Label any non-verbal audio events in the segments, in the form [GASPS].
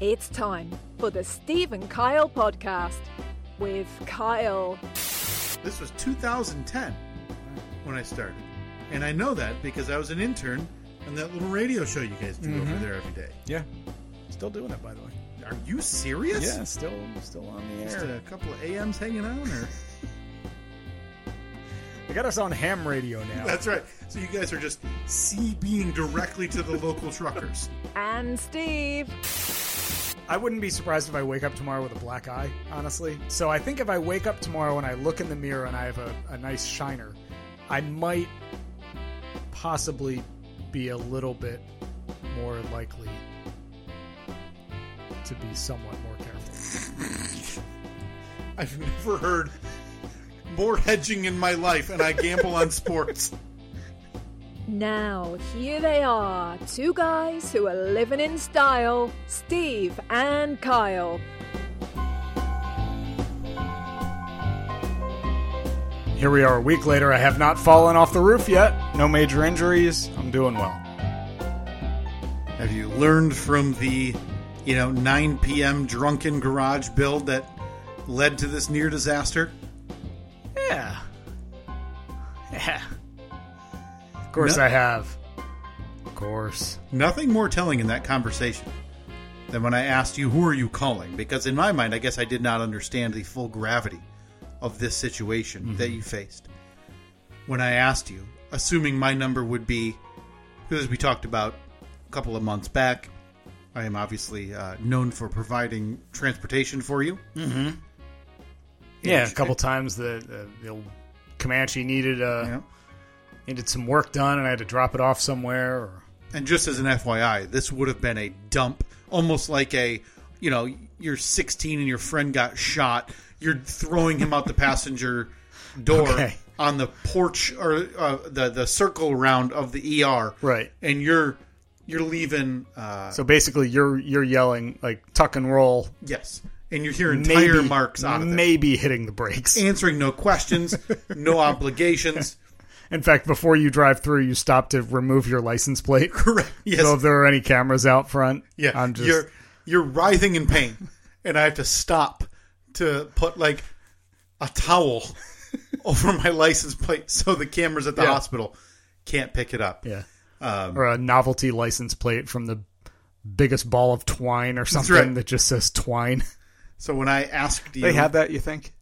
It's time for the Steve and Kyle podcast with Kyle. This was 2010 when I started. And I know that because I was an intern on that little radio show you guys do over there every day. Yeah. Still doing it, by the way. Are you serious? Yeah, still still on the Just air. a couple of AMs hanging out, or [LAUGHS] They got us on ham radio now. that's right. So you guys are just CBing directly to the local truckers. And Steve. I wouldn't be surprised if I wake up tomorrow with a black eye, honestly. So I think if I wake up tomorrow and I look in the mirror and I have a, a nice shiner, I might possibly be a little bit more likely to be somewhat more careful. I've never heard more hedging in my life, and I gamble on sports. Now, here they are two guys who are living in style Steve and Kyle. Here we are a week later. I have not fallen off the roof yet. No major injuries. I'm doing well. Have you learned from the, you know, 9 p.m. drunken garage build that led to this near disaster? Yeah. Yeah. Of course No- I have. Of course. Nothing more telling in that conversation than when I asked you, who are you calling? Because in my mind, I guess I did not understand the full gravity of this situation that you faced. When I asked you, assuming my number would be, because we talked about a couple of months back, I am obviously uh, known for providing transportation for you. Yeah, a couple times the, the, the old Comanche needed uh, Yeah. needed some work done and I had to drop it off somewhere or And just as an FYI, this would have been a dump, almost like a, you know, you're 16 and your friend got shot. You're throwing him [LAUGHS] out the passenger door Okay. on the porch or uh, the the circle round of the ER, Right. And you're you're leaving. Uh, So basically you're you're yelling like tuck and roll yes, and you're hearing maybe, tire marks out of it. maybe hitting the brakes. Answering no questions, [LAUGHS] no obligations. In fact, before you drive through you stop to remove your license [LAUGHS] plate. Correct. Yes. So if there are any cameras out front, Yeah, I'm just you're you're writhing in pain, [LAUGHS] and I have to stop to put like a towel [LAUGHS] over my license plate so the cameras at the Yeah. hospital can't pick it up. Yeah. Um, or a novelty license plate from the biggest ball of twine or something right. that just says twine. So when I asked you, that, you think?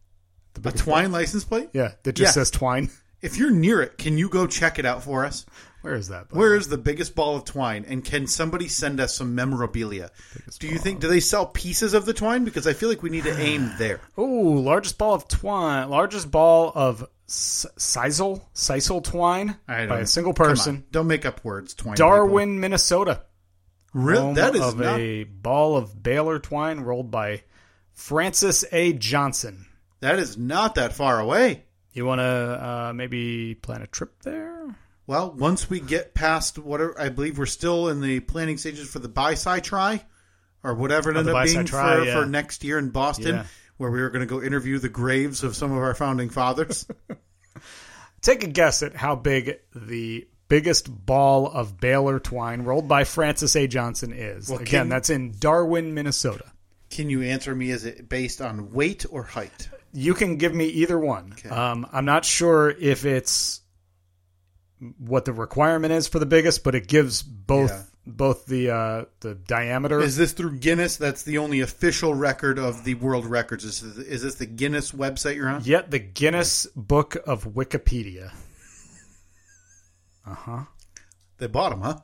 a twine license plate. Yeah, that just Yeah. says twine. If you're near it, can you go check it out for us? Where is that? Where is the biggest ball of twine, and can somebody send us some memorabilia? Do you think do they sell pieces of the twine? Because I feel like we need to [SIGHS] aim there. Ooh, largest ball of twine. Largest ball of s- sisal, sisal twine I don't by know. a single Come on, person. Don't make up words. Twine. people. Darwin, Minnesota. Really? Home That is of not a ball of Baylor twine rolled by Francis A. Johnson. That is not that far away. You want to uh, maybe plan a trip there? Well, once we get past whatever, I believe we're still in the planning stages for the buy side try or whatever it Oh, the ended up Buy-Side being Try, for, yeah. for next year in Boston, Yeah. where we were going to go interview the graves of some of our founding [LAUGHS] fathers. Take a guess at how big the biggest ball of Baylor twine rolled by Francis A. Johnson is. Well, Again, can- that's in Darwin, Minnesota. Can you answer me? Is it based on weight or height? You can give me either one. Um, I'm not sure if it's what the requirement is for the biggest, but it gives both Yeah. both the uh, the diameter. Is this through Guinness? That's the only official record of the world records. Is, is this the Guinness website you're on? Yet the Guinness Book of Wikipedia. Uh huh. They bought 'em, huh?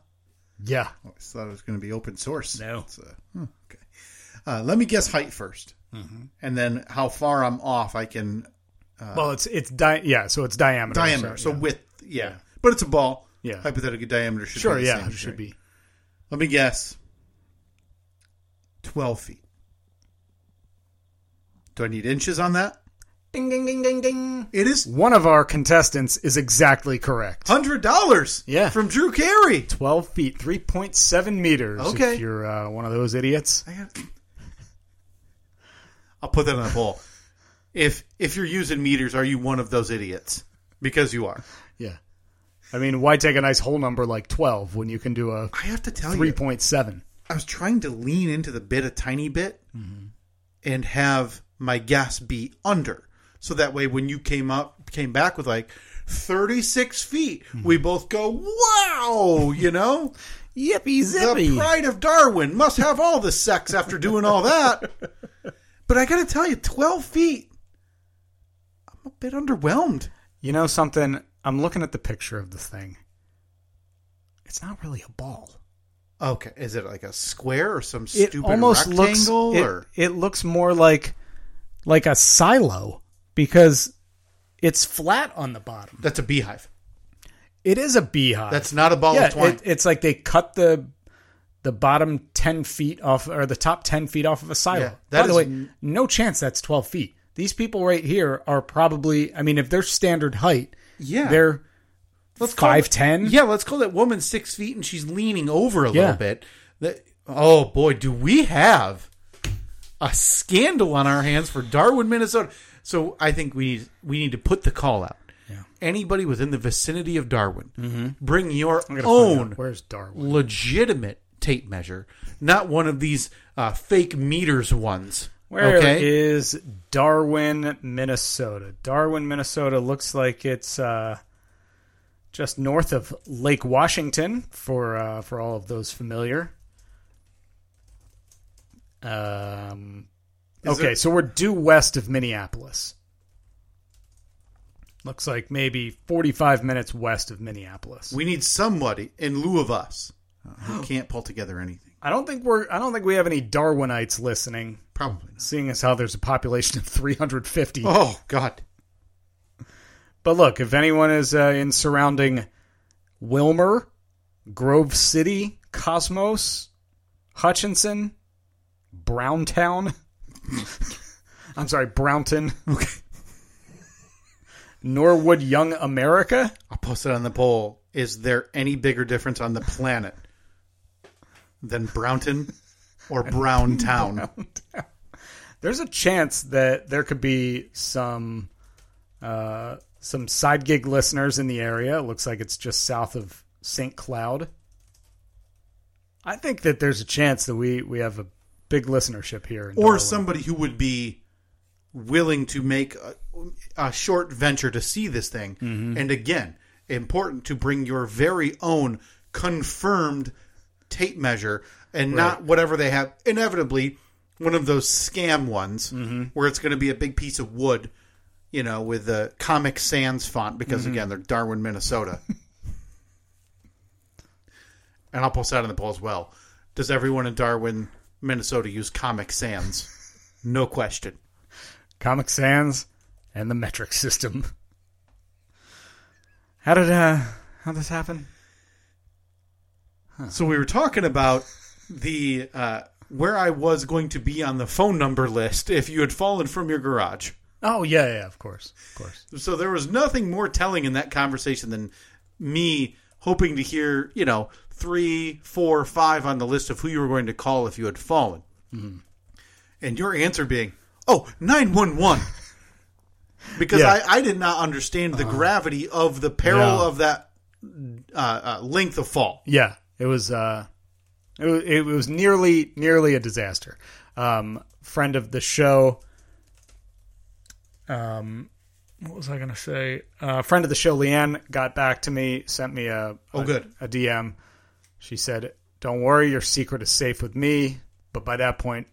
Yeah. I always thought it was going to be open source. No. It's, uh, hmm, okay. Uh, let me guess height 1st Mm-hmm. and then how far I'm off. I can well, it's it's di- yeah. So it's diameter. Uh, diameter. So, yeah. width, yeah. But it's a ball. Yeah. Hypothetically, diameter should sure. be the Yeah, same, it should right? be. Let me guess. Twelve feet. Do I need inches on that? Ding ding ding ding ding. It is One of our contestants is exactly correct. hundred dollars. Yeah. From Drew Carey. Twelve feet, three point seven meters. Okay. if you're uh, one of those idiots. I have... I'll put that on the poll. If if you're using meters, are you one of those idiots? Because you are. Yeah, I mean, why take a nice whole number like twelve when you can do a I have to tell three you, point seven? I was trying to lean into the bit a tiny bit and have my guess be under. So that way when you came up came back with like 36 feet, we both go, Wow, you [LAUGHS] know? Yippee zippy. The pride of Darwin must have all the sex after doing all [LAUGHS] that. But I got to tell you, 12 feet, I'm a bit underwhelmed. You know something? I'm looking at the picture of this thing. It's not really a ball. Okay. Is it like a square or some It stupid almost looks. rectangle? It, or? it looks more like like a silo because it's flat on the bottom. That's a beehive. It is a beehive. That's not a ball yeah. of twine. It, it's like they cut the the bottom ten feet off or the top ten feet off of a silo. Yeah, that By the is way, n- no chance that's twelve feet. These people right here are probably. I mean, if they're standard height, yeah. they're let's call five it- ten? Yeah, let's call that woman six feet and she's leaning over a Yeah. little bit. That, oh boy, do we have a scandal on our hands for Darwin, Minnesota? So I think we need we need to put the call out. Yeah. Anybody within the vicinity of Darwin, bring your Mm-hmm. I'm gonna find out own Where's Darwin? legitimate tape measure, not one of these uh, fake meters ones. Where is okay, Darwin, Minnesota? Darwin, Minnesota looks like it's uh, just north of Lake Washington for uh, for all of those familiar. Um, okay, there- so we're due west of Minneapolis. Looks like maybe 45 minutes west of Minneapolis. we need somebody in lieu of us uh, who [GASPS] can't pull together anything. I don't think we're I don't think we have any Darwinites listening, Probably not. seeing as how there's a population of 350 Oh God. But look, if anyone is uh, in surrounding Wilmer, Grove City, Cosmos, Hutchinson, Browntown, [LAUGHS] I'm sorry, Brownton, [LAUGHS] Okay. Norwood, Young America, I'll post it on the poll. Is there any bigger difference on the planet than Brownton or Browntown? there's a chance that there could be some uh, some side gig listeners in the area. It looks like it's just south of St. Cloud. I think that there's a chance that we we have a big listenership here, in or Darwin. somebody who would be willing to make a, a short venture to see this thing. And again, important to bring your very own confirmed tape measure and not whatever they have. Inevitably, one of those scam ones where it's going to be a big piece of wood, you know, with the Comic Sans font because, again, they're Darwin, Minnesota. and I'll post that in the poll as well. Does everyone in Darwin, Minnesota use Comic Sans? no question. Comic Sans, and the metric system. How did uh how this happen? So we were talking about the uh, where I was going to be on the phone number list if you had fallen from your garage. Oh yeah, yeah, of course, of course. So there was nothing more telling in that conversation than me hoping to hear, you know, three, four, five on the list of who you were going to call if you had fallen. Mm-hmm. And your answer being, oh, [LAUGHS] 911. Because Yeah. Uh-huh. I, I did not understand the gravity of the peril Yeah. of that uh, uh, length of fall. Yeah, it was uh, it was, it was nearly nearly a disaster. Um, friend of the show. Um, what was I gonna say? Uh, friend of the show, Leanne, got back to me, sent me a Oh, a- good. a DM. She said, "Don't worry, your secret is safe with me." But by that point,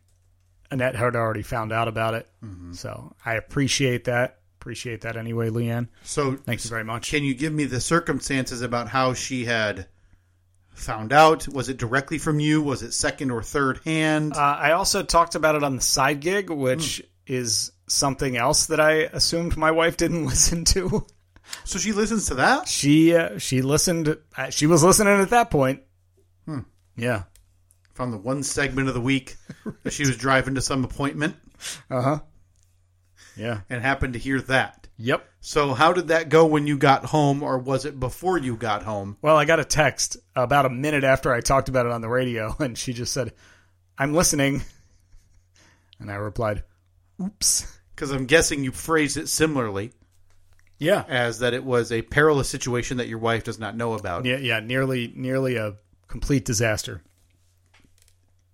Annette had already found out about it, so I appreciate that. Appreciate that anyway, Leanne. So Thank you very much. Can you give me the circumstances about how she had found out? Was it directly from you? Was it second or third hand? Uh, I also talked about it on the side gig, which is something else that I assumed my wife didn't [LAUGHS] listen to. so she listens to that? She uh, she listened. Uh, she was listening at that point. Hmm. Yeah. Found the one segment of the [LAUGHS] week that she was driving to some appointment Uh huh. Yeah. and happened to hear that. Yep. So how did that go when you got home or was it before you got home? Well, I got a text about a minute after I talked about it on the radio, [LAUGHS] and she just said, "I'm listening," and I replied, "Oops." Cuz I'm guessing you phrased it similarly Yeah. as that it was a perilous situation that your wife does not know about. Yeah. Yeah. Nearly nearly a complete disaster.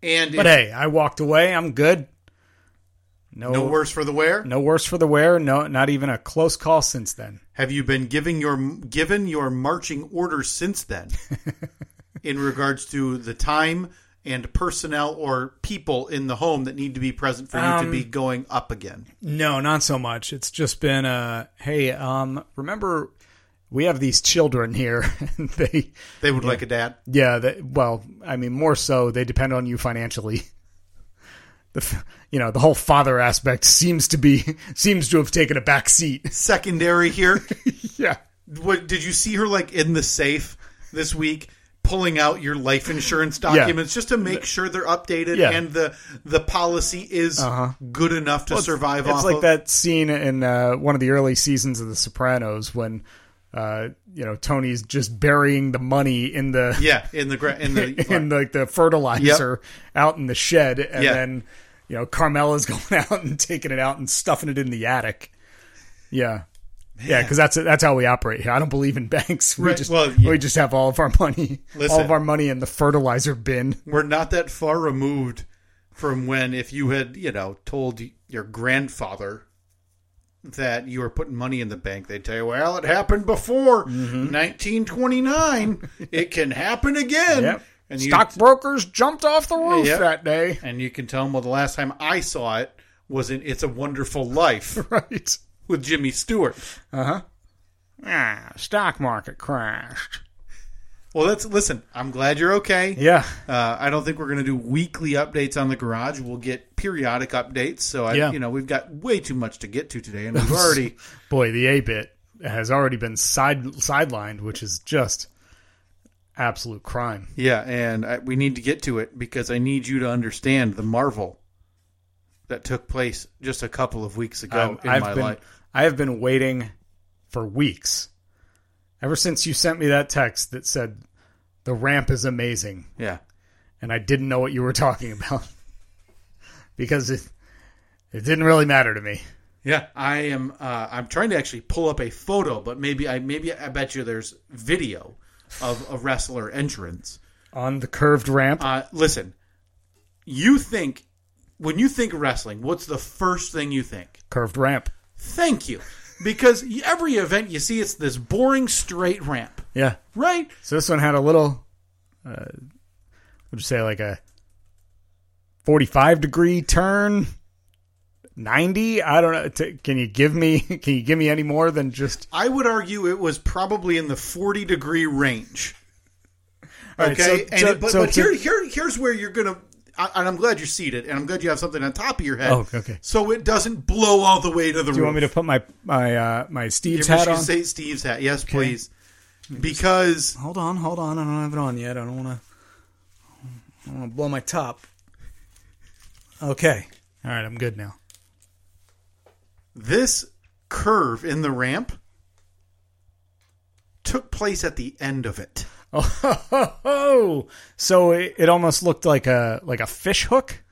And But if- hey, I walked away. I'm good. No, no worse for the wear. no worse for the wear. No, not even a close call since then. Have you been giving your given your marching orders since [LAUGHS] then, in regards to the time and personnel or people in the home that need to be present for you to be going up again? No, not so much. It's just been uh, hey, um, remember we have these children here, [LAUGHS] and they, They would like a dad. yeah, they, well, I mean, more so, they depend on you financially. [LAUGHS] The, f- you know, the whole father aspect seems to be [LAUGHS] seems to have taken a back seat. [LAUGHS] Secondary here. yeah, what did you see her like in the safe this week pulling out your life insurance documents just to make sure they're updated Yeah. Uh-huh. and the the policy is good enough to survive it's off like of? that scene in uh, one of the early seasons of The Sopranos when, uh, you know, Tony's just burying the money in the Yeah, in the gra- in the [LAUGHS] in like the fertilizer out in the shed, and Yeah. then you know Carmela's [LAUGHS] going out and taking it out and stuffing it in the attic. Yeah, Yeah, 'cause yeah, because that's that's how we operate here. I don't believe in [LAUGHS] banks. We Right, just well, yeah. we just have all of our money, all Listen. of our money in the fertilizer bin. [CLEARS THROAT] we're not that far removed from when if you had you know told your grandfather that you were putting money in the bank they'd tell you well it happened before Mm-hmm. 1929 [LAUGHS] it can happen again and you Stockbrokers jumped off the roof Yep. that day. [LAUGHS] and you can tell them well the last time i saw it was in it's a wonderful life [LAUGHS] Right. with jimmy stewart Ah, stock market crashed. well that's listen i'm glad you're okay Yeah. uh, i don't think we're going to do weekly updates on the garage we'll get periodic updates so I, Yeah. you know we've got way too much to get to today and [LAUGHS] we've already Boy, the A bit has already been side sidelined, which is just absolute crime. yeah and I, we need to get to it because i need you to understand the marvel that took place just a couple of weeks ago I'm- in my been, life I have been waiting for weeks. Ever since you sent me that text that said the ramp is amazing, yeah and I didn't know what you were [LAUGHS] talking about because it it didn't really matter to me. Yeah, I am. Uh, I'm trying to actually pull up a photo, but maybe I maybe I bet you there's video of a wrestler entrance. On the curved ramp, Uh, listen, you think when you think wrestling, what's the first thing you think? curved ramp. Thank you, because every event you see, it's this boring straight ramp, Yeah. right? So this one had a little, uh, would you say like a forty-five degree turn, ninety? I don't know. T- can you give me? [LAUGHS] Can you give me any more than just I would argue it was probably in the 40 degree range. right, Okay, so- and so- it- but, so but to- here, here, here's where you're gonna. I- And I'm glad you're seated, and I'm glad you have something on top of your head. Oh, okay. So it doesn't blow all the way to the Do you want me to put my my uh, my Steve's hat on? Say Steve's hat, yes, please, because hold on, hold on. I don't have it on yet. I don't want to. I want to blow my top. Okay. All right, I'm good now. [LAUGHS] this curve in the ramp took place at the end of it. Oh, ho, ho, ho. Oh, so it, it almost looked like a like a fish hook.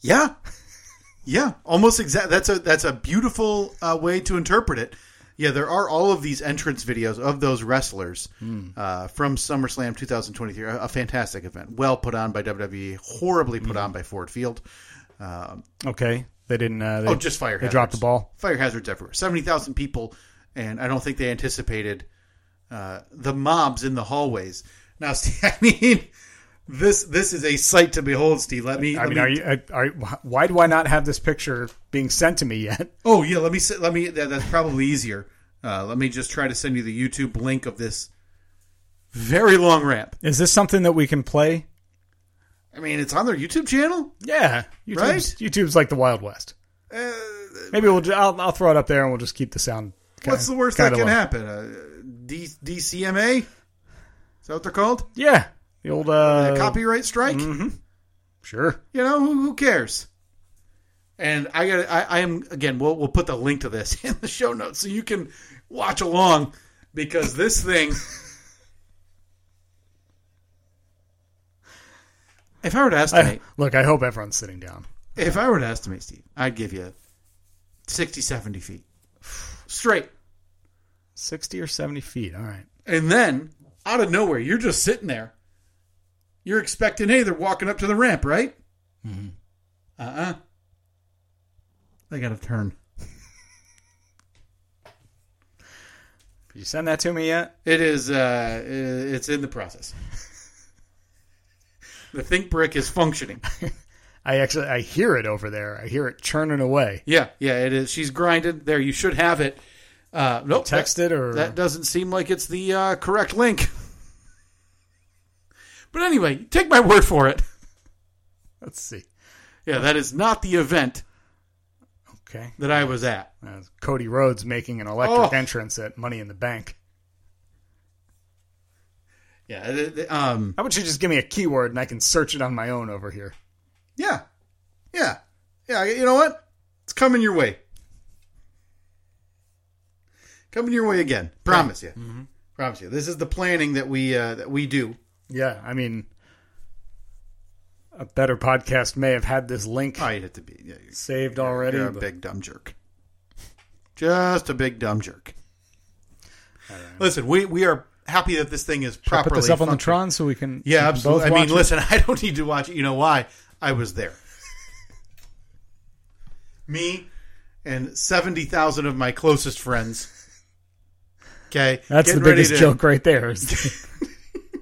Yeah, [LAUGHS] yeah, almost exact. That's a that's a beautiful uh, way to interpret it. Yeah, there are all of these entrance videos of those wrestlers Hmm. uh, from SummerSlam 2023, a, a fantastic event, well put on by WWE, horribly put Hmm. on by Ford Field. Okay, they didn't. Uh, they, Oh, just fire. They hazards. dropped the ball. Fire hazards everywhere. Seventy thousand people, and I don't think they anticipated uh, the mobs in the hallways. Now, [LAUGHS] Steve, I mean, this this is a sight to behold, Steve. Let me. I let mean, me- are you? Are, are, why do I not have this picture being sent to me yet? [LAUGHS] Oh yeah, let me se- let me. That, that's probably easier. Uh, let me just try to send you the YouTube link of this very long ramp. Is this something that we can play? I mean, it's on their YouTube channel. Yeah, YouTube's, Right? YouTube's like the Wild West. Uh, Maybe we'll. ju- I'll, I'll throw it up there, and we'll just keep the sound. kinda- what's the worst that kinda can low. happen? Uh, D, DCMA. Is that what they're called? Yeah, the old uh, Copyright strike. Sure. [LAUGHS] you know who, who cares and i got I, I am again we'll, we'll put the link to this [LAUGHS] in the show notes so you can watch along because this thing [LAUGHS] if i were to [LAUGHS] estimate Look, I hope everyone's sitting down. if i were to estimate steve i'd give you 60 70 feet straight Sixty or seventy feet. All right. and then out of nowhere you're just sitting there You're expecting, hey, they're walking up to the ramp, right? Uh uh Mm-hmm. They got to turn. You send that to me yet? It is. Uh, it's in the process. [LAUGHS] the think brick is functioning. I actually I hear it over there. I hear it churning away. Yeah, yeah. It is. She's grinded. There, you should have it. Uh, nope. Text that- it or That doesn't seem like it's the uh, correct link. [LAUGHS] but anyway, take my word for it. let's see. Yeah, that is not the event Okay. that I was at. Uh, Cody Rhodes making an electric Oh. entrance at Money in the Bank. Yeah. th- th- Um. How about you just give me a keyword and I can search it on my own over here? Yeah. Yeah. Yeah. You know what? It's coming your way. Coming your way again. Promise you. Promise you. This is the planning that we uh, that we do. Yeah, I mean, a better podcast may have had this link Oh, I had to be. Yeah, you're, saved already. you're a but- big dumb jerk. Just a big dumb jerk. Listen, we we are happy that this thing is I properly. put this up on the functioning. Tron so we can. we Yeah, can absolutely. I both mean, watch it. listen, [LAUGHS] I don't need to watch it. You know why? I was there. Me and 70,000 of my closest friends. Okay. That's the Getting ready biggest to- joke right there. [LAUGHS] is-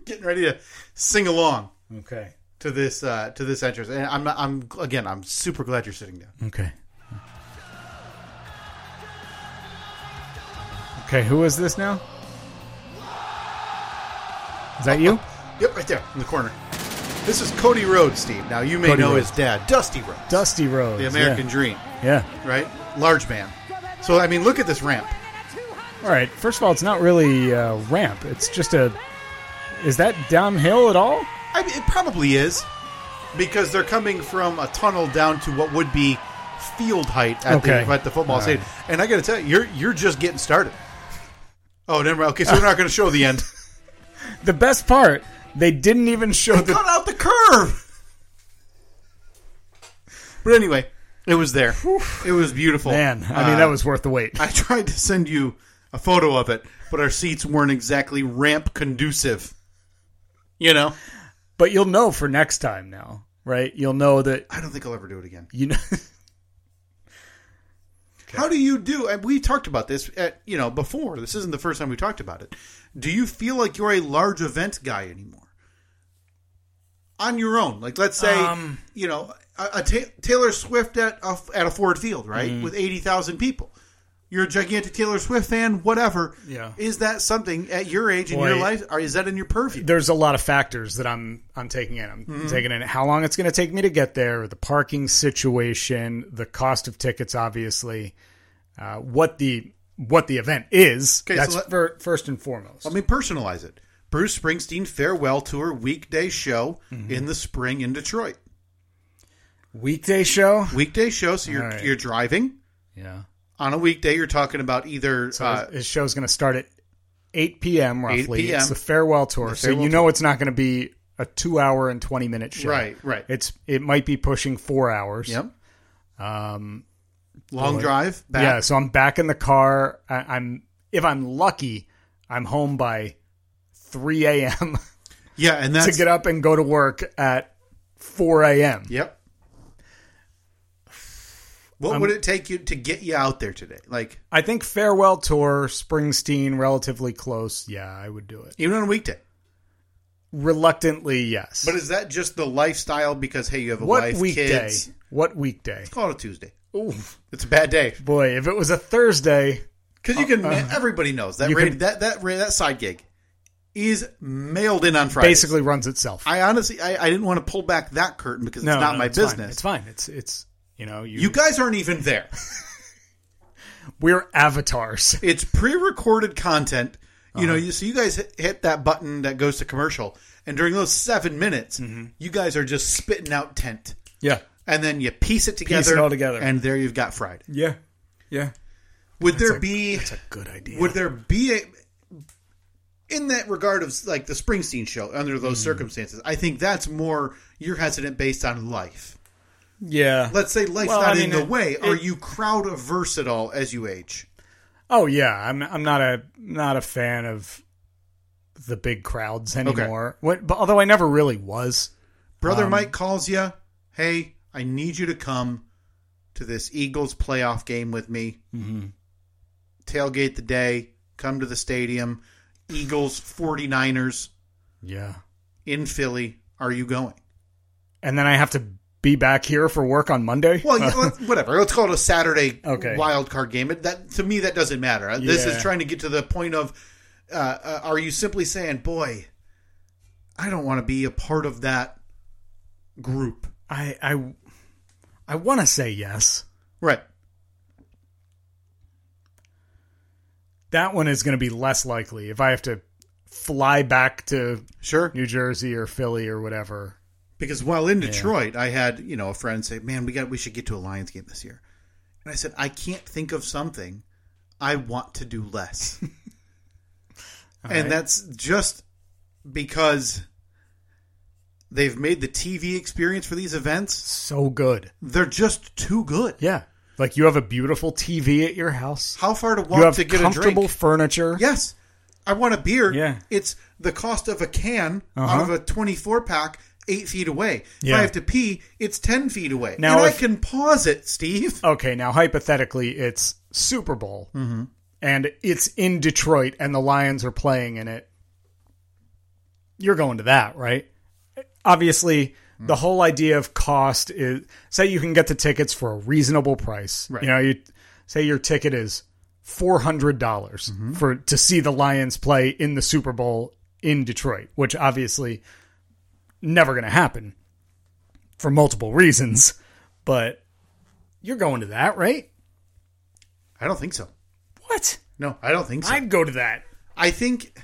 Getting ready to sing along okay. to this uh to this entrance. And I'm I'm again, I'm super glad you're sitting down. Okay. Okay, who is this now? Is that you? Yep, right there in the corner. This is Cody Rhodes, Steve. Now you may Cody know Rhodes. his dad, Dusty Rhodes, Dusty Rhodes. the American Dream, Yeah. right? Large man. So I mean, look at this ramp. yeah. All right. First of all, it's not really a ramp. It's just a. Is that downhill at all? I mean, it probably is because they're coming from a tunnel down to what would be field height at, Okay. the, at the football All stadium. And I got to tell you, you're you're just getting started. Oh, never mind. Okay, so we're not going to show the [LAUGHS] end. The best part, they didn't even show the. [LAUGHS] Cut out the curve. But anyway, it was there. It was beautiful. Man, I mean, Uh, that was worth the wait. I tried to send you a photo of it, but our seats weren't exactly ramp conducive. You know, But you'll know for next time now, right? You'll know that I don't think I'll ever do it again. you know. How do you do? And we talked about this, at, you know, before. This isn't the first time we talked about it. Do you feel like you're a large event guy anymore? On your own, like let's say, Um. you know, a, a ta- Taylor Swift at a, at a Ford Field, right, Mm-hmm. with eighty thousand people. You're a gigantic Taylor Swift fan, whatever. Yeah. is that something at your age in Boy. your life? Or is that in your purview? there's a lot of factors that I'm I'm taking in. I'm Mm-hmm. taking in how long it's going to take me to get there, the parking situation, the cost of tickets, obviously, uh, what the what the event is. Okay, so that's let- fir- first and foremost. Let me personalize it. Bruce Springsteen farewell tour weekday show Mm-hmm. in the spring in Detroit. Weekday show. Weekday show, so you're All right. you're driving. Yeah. on a weekday you're talking about either So uh, his show's going to start at 8 p.m. roughly. 8 p.m.. It's the farewell tour, The so farewell you know it's not going to be a two-hour and 20-minute show. right right It's it might be pushing four hours. yep um Um, long drive back Yeah, so I'm back in the car. I, I'm if I'm lucky, I'm home by 3 [LAUGHS] a.m. yeah and to that's get up and go to work at 4 a.m. yep what would it take you to get you out there today like I think farewell tour, Springsteen, relatively close. Yeah, I would do it. even on a weekday Reluctantly, yes. but is that just the lifestyle because hey you have a what wife weekday? kids What weekday? call it a tuesday Ooh, it's a bad day boy, if it was a Thursday, because you can everybody knows that Uh, you ra- can- that that ra- that side gig is mailed in on friday basically runs itself. i honestly I, I didn't want to pull back that curtain because no, it's not no, my it's fine. business It's fine. It's it's you know you, you guys aren't even there we're avatars. it's pre-recorded content. You Uh-huh. know, you, so you guys hit, hit that button that goes to commercial, and during those seven minutes, Mm-hmm. you guys are just spitting out tent, Yeah, and then you piece it together, all together. and there you've got fried. yeah, yeah. Would there be? It's a good idea. Would there be a? In that regard of like the Springsteen show, under those Mm-hmm. circumstances, I think that's more you're hesitant based on life. yeah. Let's say life's Well, not I mean, in the it- way. are it- you crowd averse at all as you age? Oh yeah, I'm I'm not a not a fan of the big crowds anymore. What, but although I never really was. Brother Mike calls you. Hey, I need you to come to this Eagles playoff game with me. Mm-hmm. Tailgate the day. Come to the stadium. Eagles 49ers Yeah. in Philly. Are you going? And then I have to be back here for work on Monday. Uh, Well, you- let- whatever. Let's call it a Saturday Okay. wild card game. It- That to me, that doesn't matter. This Yeah. is trying to get to the point of: uh, uh, Are you simply saying, "Boy, I don't want to be a part of that group"? I I I want to say yes. Right. That one is going to be less likely if I have to fly back to Sure. New Jersey or Philly or whatever. Because while in Detroit, I had you know a friend say, "Man, we got we should get to a Lions game this year," and I said, "I can't think of something I want to do [LAUGHS] less," and right. that's just because they've made the TV experience for these events So good. they're just too good. Yeah. Like you have a beautiful TV at your house. How far to You walk have to get a comfortable drink? furniture. Yes, I want a beer. Yeah. it's the cost of a can out Uh-huh. of a twenty-four pack. Eight feet away. If Yeah. I have to pee, it's ten feet away. Now and if- I can pause it, Steve. [LAUGHS] Okay, now hypothetically, it's Super Bowl, and it's in Detroit, and the Lions are playing in it. You're going to that, right? Obviously, the whole idea of cost is say you can get the tickets for a reasonable price. Right. You know, you say your ticket is four hundred dollars for to see the Lions play in the Super Bowl in Detroit, which obviously never going to happen for multiple reasons, but you're going to that, right? I don't think so. What? No, I don't think so. I, I'd go to that. think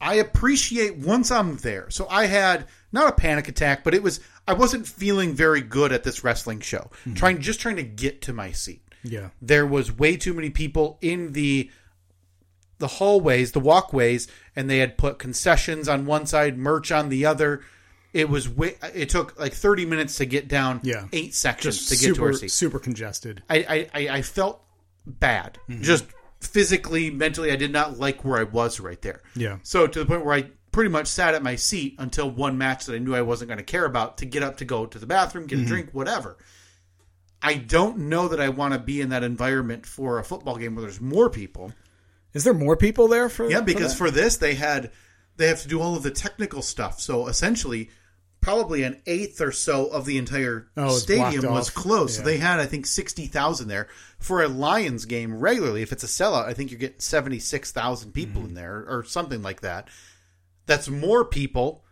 I appreciate once I'm there. So I had not a panic attack, but it was I wasn't feeling very good at this wrestling show. Hmm. Trying just trying to get to my seat. Yeah. There was way too many people in the the hallways, the walkways, and they had put concessions on one side, merch on the other. It was way, it took like 30 minutes to get down Yeah. eight sections Just to get super, to our seat. super congested. I, I, I- I felt bad. Just physically, mentally, I did not like where I was right there. Yeah. So to the point where I pretty much sat at my seat until one match that I knew I wasn't going to care about to get up to go to the bathroom, get a drink, whatever. I don't know that I want to be in that environment for a football game where there's more people. Is there more people there for? Yeah, because that? for this they had they have to do all of the technical stuff. So essentially, probably an eighth or so of the entire Oh, it was stadium blocked was off. closed. So Yeah. they had I think sixty thousand there for a Lions game regularly. If it's a sellout, I think you're getting seventy six thousand people Hmm. in there or something like that. That's more people.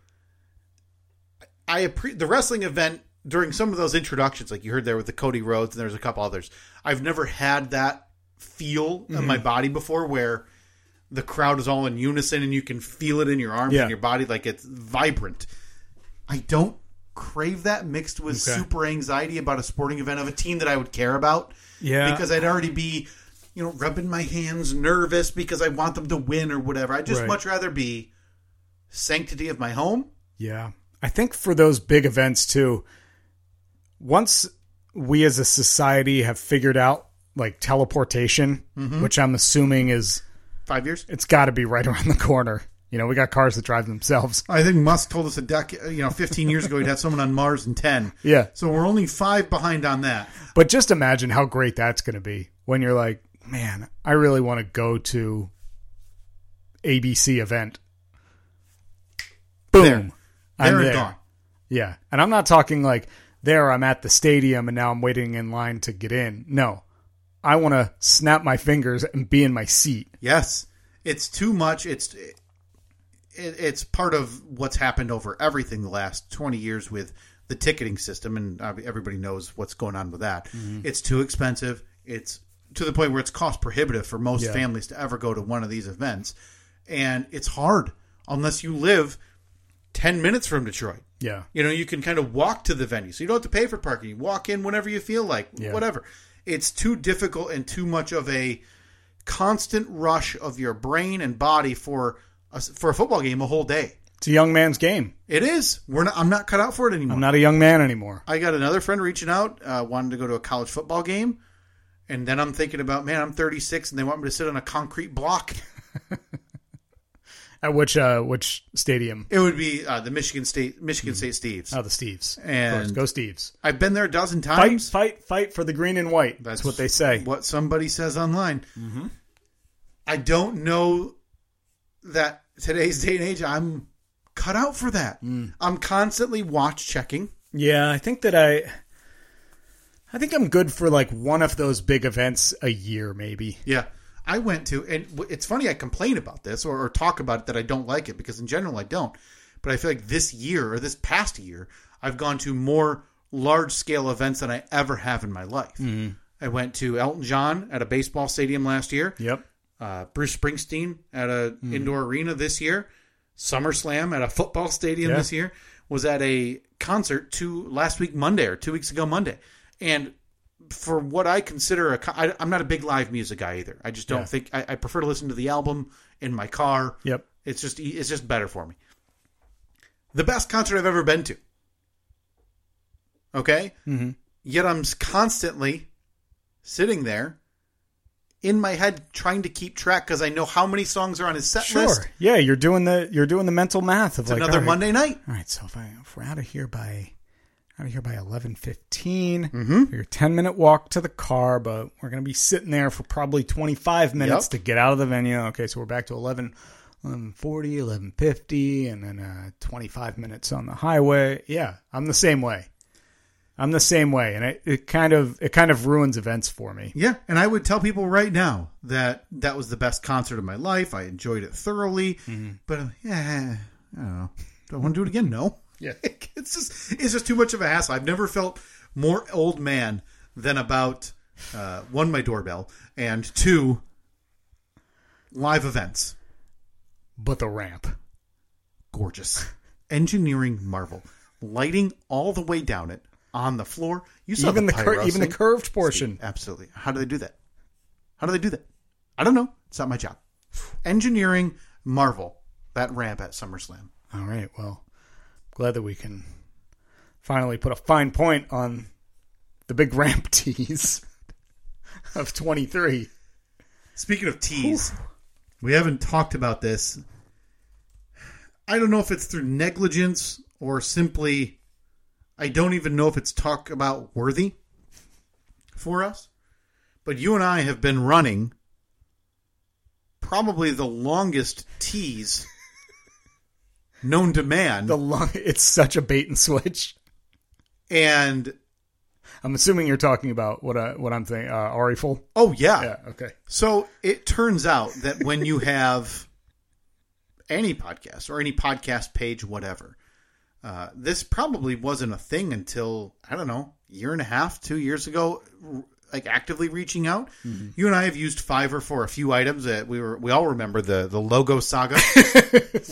I appre- the wrestling event during some of those introductions, like you heard there with the Cody Rhodes, and there's a couple others. I've never had that feel in Mm-hmm. my body before, where the crowd is all in unison and you can feel it in your arms Yeah. and your body like it's vibrant. I don't crave that mixed with Okay. super anxiety about a sporting event of a team that I would care about yeah, because I'd already be, you know, rubbing my hands nervous because I want them to win or whatever. I'd just Right. much rather be sanctity of my home. yeah. I think for those big events too. Once we as a society have figured out like teleportation, which I'm assuming is Five years. it's got to be right around the corner. You know, we got cars that drive themselves. [LAUGHS] I think Musk told us a decade, you know, 15 years ago he'd have someone on Mars in 10. Yeah. So we're only five behind on that. But just imagine how great that's going to be when you're like, man, I really want to go to ABC event. Boom. There. I'm They're there. gone. Yeah. And I'm not talking like there I'm at the stadium and now I'm waiting in line to get in. No. I want to snap my fingers and be in my seat. Yes, it's too much. It's it, it's part of what's happened over everything the last twenty years with the ticketing system, and uh, everybody knows what's going on with that. Mm-hmm. It's too expensive. It's to the point where it's cost prohibitive for most Yeah. families to ever go to one of these events, and it's hard unless you live ten minutes from Detroit. Yeah. You know, you can kind of walk to the venue. So you don't have to pay for parking. You walk in whenever you feel like, whatever. It's too difficult and too much of a constant rush of your brain and body for a, for a football game a whole day. It's a young man's game. It is. We're not I'm not cut out for it anymore. I'm not a young man anymore. I got another friend reaching out, uh, wanted to go to a college football game, and then I'm thinking about, man, I'm 36 and they want me to sit on a concrete block. At which uh, which stadium? [LAUGHS] It would be uh, the Michigan State Michigan State Steves. Oh, the Steves. Of And- course, go Steves. I've been there a dozen Fight, times. fight, fight for the green and white. That's, what they say. Mm-hmm. What somebody says online. I don't know that today's day and age I'm cut out for that. Mm. I'm constantly watch checking. Yeah, I think that I, I think I'm good for like one of those big events a year, maybe. Yeah. I went to, and w- it's funny I complain about this or, or talk about it that I don't like it because in general I don't. But I feel like this year or this past year, I've gone to more large scale events than I ever have in my life. Mm-hmm. I went to Elton John at a baseball stadium last year, Yep. uh, Bruce Springsteen at a Hmm. indoor arena this year, SummerSlam at a football stadium Yeah. this year, was at a concert two last week Monday or two weeks ago Monday, and for what I consider a, co- I, I'm not a big live music guy either. I just don't Yeah. think I, I prefer to listen to the album in my car. Yep. It's just e- it's just better for me. The best concert I've ever been to. Okay? Mm-hmm. Yet I'm s- constantly sitting there in my head trying to keep track cuz I know how many songs are on his set list. Sure. Yeah, you're doing the you're doing the mental math of It's like another all right, Monday night. All right, so if I if we're out of here by out of here by eleven fifteen, Mhm. your ten minute walk to the car, but we're gonna be sitting there for probably twenty five minutes Yep. to get out of the venue. Okay, so we're back to 11, 1140, 1150, and then uh, twenty five minutes on the highway. Yeah, I'm the same way. I'm the same way, and it, it kind of it kind of ruins events for me. Yeah, and I would tell people right now that that was the best concert of my life. I enjoyed it thoroughly, but uh, yeah, I don't know. Do I want to do it again? No. Yeah. it's just it's just too much of a hassle. I've never felt more old man than about uh, one my doorbell and two live events. But the ramp. Gorgeous engineering marvel, lighting all the way down it on the floor. You saw Even the, cur- pyro even the scene. curved portion. Absolutely. How do they do that? How do they do that? I don't know. It's not my job. Engineering Marvel that ramp at SummerSlam. All right. Well, glad that we can finally put a fine point on the big ramp [LAUGHS] tease of 23. Speaking of teas, we haven't talked about this. I don't know if it's through negligence or simply I don't even know if it's talk about worthy for us. But you and I have been running probably the longest tease [LAUGHS] known to man. The long, it's such a bait and switch. and I'm assuming you're talking about what I, what I'm thinking. Uh, Ariful. Oh yeah. Yeah. Okay. So it turns out that when you have any podcast or any podcast page, whatever, uh, this probably wasn't a thing until I don't know, year and a half, two years ago. r- Like actively reaching out. You and I have used Fiverr for a few items that we were. We all remember the the logo saga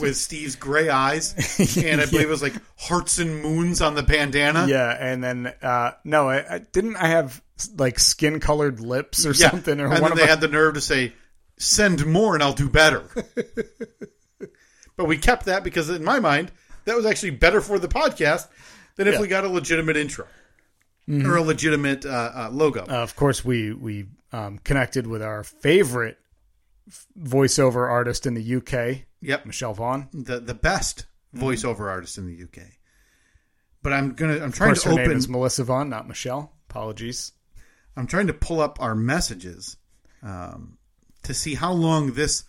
with Steve's gray eyes, and I believe it was like hearts and moons on the bandana. Yeah. And then uh, no, I, I didn't. I have like skin colored lips or something, or and one then of they my, had the nerve to say, "Send more, and I'll do [LAUGHS] better." but we kept that because, in my mind, that was actually better for the podcast than if we got a legitimate intro or a legitimate uh, uh, logo. Mm-hmm. Uh, of course, we we um, connected with our favorite f- voiceover artist in the UK, yep, Michelle Vaughn. the the best Mm-hmm. voiceover artist in the UK. But I'm gonna. I'm Of trying course, to her name open. is Melissa Vaughn, not Michelle. Apologies. I'm trying to pull up our messages um, to see how long this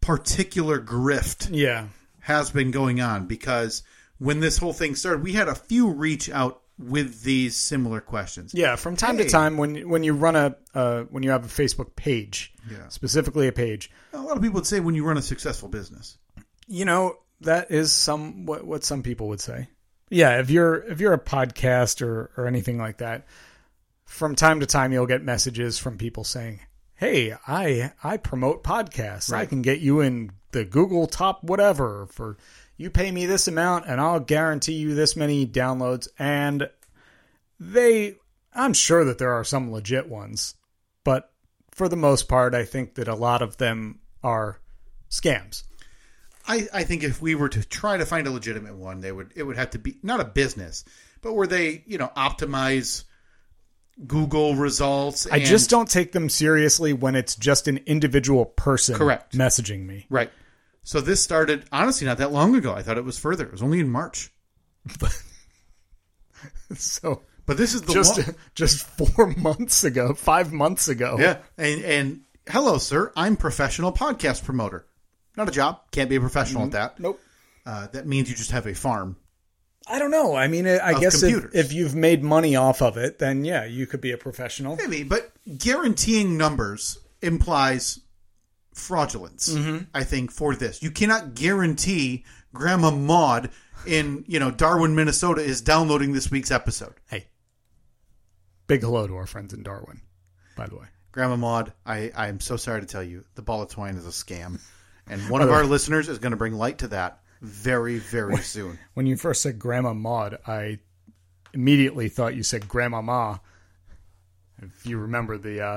particular grift Yeah. has been going on because when this whole thing started, we had a few reach out with these similar questions. Yeah, from time Hey. to time when when you run a uh, when you have a Facebook page, Yeah. specifically a page, A lot of people would say when you run a successful business. you know, that is some what what some people would say. Yeah, if you're if you're a podcast or or anything like that, from time to time you'll get messages from people saying, "Hey, I I promote podcasts. I Right. can get you in the Google top whatever for you pay me this amount and I'll guarantee you this many downloads." And they I'm sure that there are some legit ones, but for the most part, I think that a lot of them are scams. I, I think if we were to try to find a legitimate one, they would it would have to be not a business, but where they you know optimize Google results. I and- just don't take them seriously when it's just an individual person Correct. messaging me. [LAUGHS] right. So this started honestly not that long ago. I thought it was further. It was only in March. So But this is the just lo- [LAUGHS] just four months ago, five months ago. [LAUGHS] yeah. And and hello, sir. I'm professional podcast promoter. Not a job. Can't be a professional Mm-hmm. at that. Nope. Uh, that means you just have a farm. I don't know. I mean, I I Of guess if, computers. if you've made money off of it, then yeah, you could be a professional. Maybe, but guaranteeing numbers implies fraudulence. Mm-hmm. I think for this, you cannot guarantee Grandma Maud in you know Darwin, Minnesota, is downloading this week's episode. Hey, big hello to our friends in Darwin, by the way. Grandma Maud, I, I am so sorry to tell you, the ball of twine is a scam. And one of our listeners is going to bring light to that very, very soon. When you first said Grandma Maud, I immediately thought you said Grandma Ma. If you remember the, uh,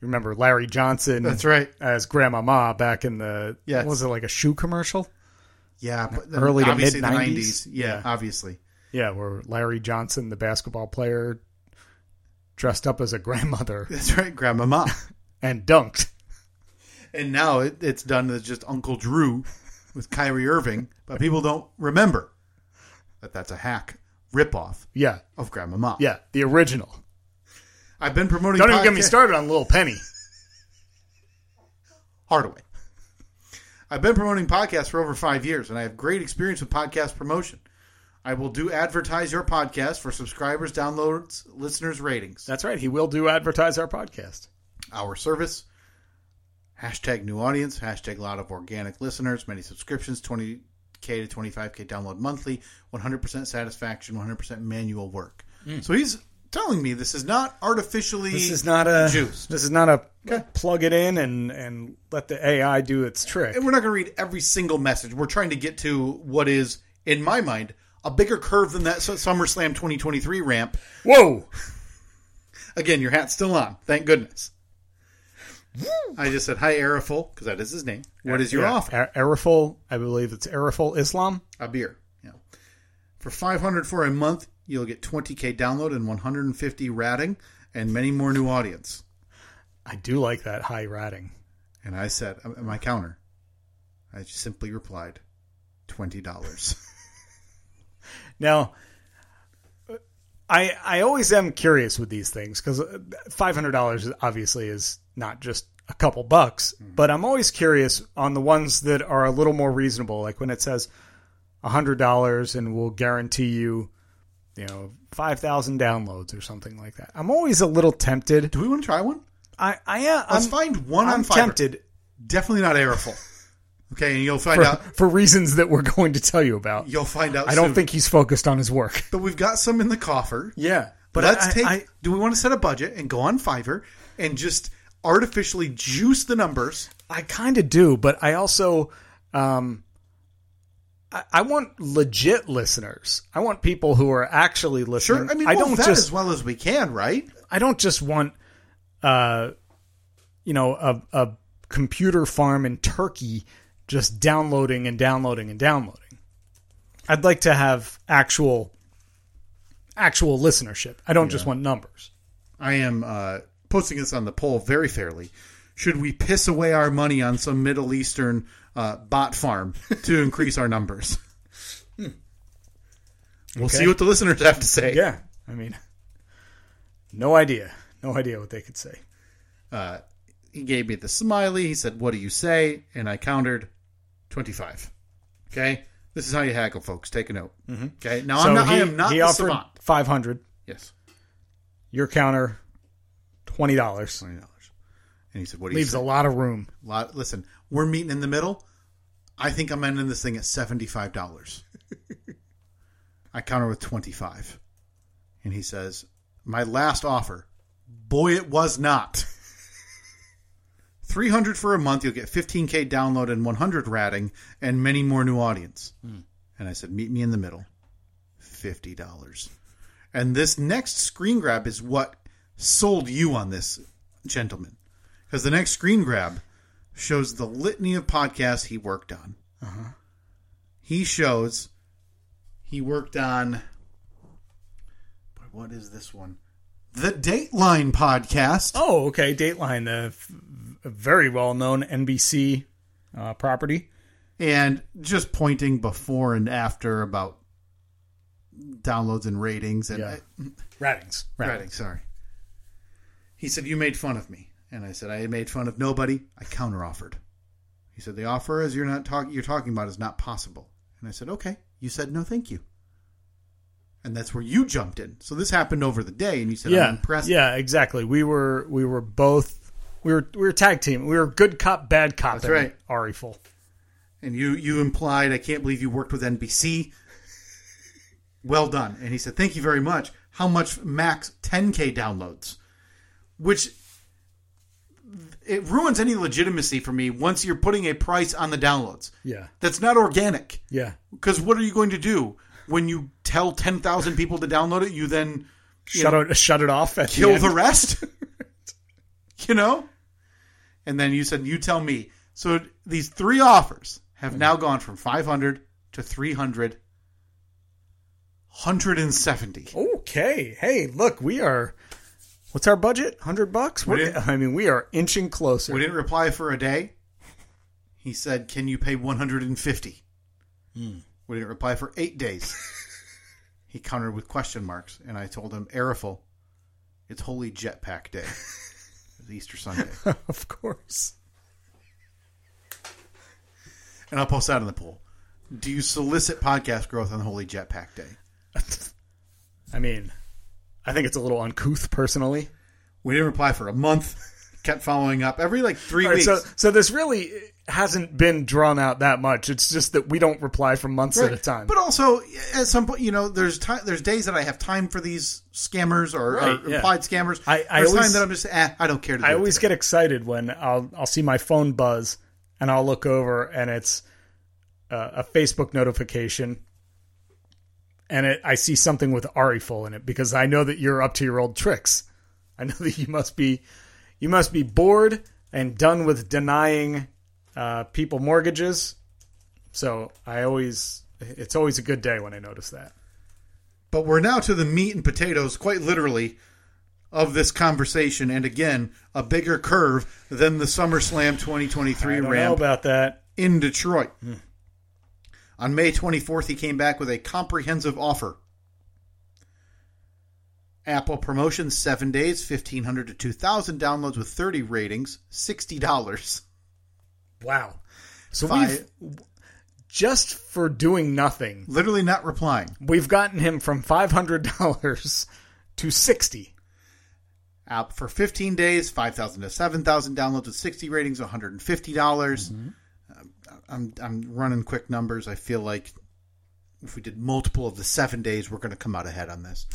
you remember Larry Johnson. That's right. As Grandma Ma back in the, Yes. was it like a shoe commercial? Yeah. But Early to obviously the mid-nineties? 90s. Yeah, Yeah. obviously. Yeah, where Larry Johnson, the basketball player, dressed up as a grandmother That's right, Grandma Maud. [LAUGHS] and dunked. and now it, it's done as just Uncle Drew with Kyrie Irving, but people don't remember that that's a hack ripoff Yeah, of Grandma Maud. yeah, the original. I've been promoting Don't even get me podca- started on Little Penny. Hardaway. I've been promoting podcasts for over five years, and I have great experience with podcast promotion. I will do advertise your podcast for subscribers, downloads, listeners, ratings. [LAUGHS] That's right. He will do advertise our podcast. our service. Hashtag new audience, hashtag lot of organic listeners, many subscriptions, 20K to 25K download monthly, 100% satisfaction, 100% manual work. So he's telling me this is not artificially. Mm. This is not a Juiced. This is not a plug it in and and let the AI do its trick. and we're not going to read every single message. We're trying to get to what is, in my mind, a bigger curve than that Su- SummerSlam 2023 ramp. Whoa! Again, your hat's still on. Thank goodness. I just said, hi, Arafel, because that is his name. What is your Yeah, offer? Ar- Araful, I believe it's Araful Islam. a beer. Yeah. For 500 for a month, you'll get 20k download and 150 ratting and many more new audience. I do like that high ratting. And I said, at my counter, I just simply replied, $20. Now, I I always am curious with these things because five hundred dollars obviously is not just a couple bucks, Mm-hmm. but I'm always curious on the ones that are a little more reasonable, like when it says hundred dollars and we'll guarantee you, you know, five thousand downloads or something like that. I'm always a little tempted. [LAUGHS] Do we want to try one? I I am. Let's I'm, find one I'm on Fiverr. tempted Definitely not Airful. [LAUGHS] Okay, and you'll find for, out. for reasons that we're [LAUGHS] going to tell you about. You'll find out. I don't soon. think he's focused on his work. but we've got some in the coffer. Yeah, But let's take. do we want to set a budget and go on Fiverr and just artificially juice the numbers? I kind of do, but I also, um, I, I want legit listeners. I want people who are actually listening. Sure. I mean, I well, don't that just, as well as we can, right? I don't just want, uh, you know, a a computer farm in Turkey just downloading and downloading and downloading. I'd like to have actual, actual listenership. I don't just want numbers. I am uh, posting this on the poll very fairly. Should we piss away our money on some Middle Eastern uh, bot farm [LAUGHS] to increase our numbers? We'll Hmm. Okay. see what the listeners have to say. Yeah, I mean, [LAUGHS] no idea, no idea what they could say. He gave me the smiley. He said, What do you say? And I countered 25. Okay? This is how you haggle, folks. Take a note. Okay? Now, I'm not, I am not Mm-hmm. he the offered savant. five hundred. Yes, Your counter, twenty dollars. $20. And he said, What do you Leaves say? a lot of room. lot. Listen, we're meeting in the middle. I think I'm ending this thing at seventy five dollars. I counter with twenty five, and he says, "My last offer, boy, it was not." Three hundred for a month, you'll get fifteen k download and one hundred ratting, and many more new audience. And I said, "Meet me in the middle, fifty dollars." And this next screen grab is what sold you on this, gentleman, because the next screen grab shows the litany of podcasts he worked on. He shows he worked on. but What is this one? The Dateline podcast. Oh, okay. Dateline, the f- very well known NBC uh, property. and just pointing before and after about downloads and ratings and Yeah. Ratings. ratings. Sorry. He said you made fun of me, and I said I made fun of nobody. I counteroffered. He said the offer as you're not talking you're talking about is not possible, and I said okay. You said no, thank you. And that's where you jumped in. So this happened over the day, and you said yeah, I'm impressed. yeah, exactly. We were we were both we were we were tag team. We were good cop, bad cop. That's in right. Ari full. And you you implied I can't believe you worked with NBC. well done. And he said, "Thank you very much. How much max 10k downloads?" Which it ruins any legitimacy for me once you're putting a price on the downloads. Yeah, That's not organic. yeah, Cuz what are you going to do when you tell 10,000 people to download it, you then shut it, shut it off at kill the, end. the rest. [LAUGHS] you know? And then you said, you tell me. So these three offers have now gone from 500 to 300, 170. Okay, hey, look, we are. What's our budget? Hundred bucks. We're- didn't- I mean, we are inching closer. We didn't reply for a day. He said, can you pay 150? We didn't reply for eight days. he countered with question marks, and I told him, Arifel, it's Holy Jetpack Day. It's Easter Sunday. [LAUGHS] of course. and I'll post that in the poll. Do you solicit podcast growth on Holy Jetpack Day? I mean, I think it's a little uncouth personally. We didn't reply for a month. [LAUGHS] Kept following up every like three All right, weeks. so so this really hasn't been drawn out that much. It's just that we don't reply for months Right. at a time. But also, at some point, you know, there's time. There's days that I have time for these scammers or, Right, or yeah. implied scammers. I- I there's always- time that I'm just, eh, I don't care. To do I it always today. get excited when I'll I'll see my phone buzz and I'll look over and it's uh, a Facebook notification and it, I see something with Ari full in it because I know that you're up to your old tricks. I know that you must be you must be bored and done with denying uh, people mortgages. So I always it's always a good day when I notice that. But we're now to the meat and potatoes, quite literally, of this conversation. And again, a bigger curve than the SummerSlam 2023 I don't know ramp. about that. in Detroit. On May 24th, he came back with a comprehensive offer. Apple promotion, seven days, 1,500 to 2,000 downloads with 30 ratings, $60. Wow. So Five. we've just for doing nothing. Literally not replying. We've gotten him from five hundred dollars to sixty. App for 15 days, 5,000 to 7,000 downloads with 60 ratings, $150. dollars Uh, I'm, I'm running quick numbers. I feel like if we did multiple of the seven days, we're going to come out ahead on this.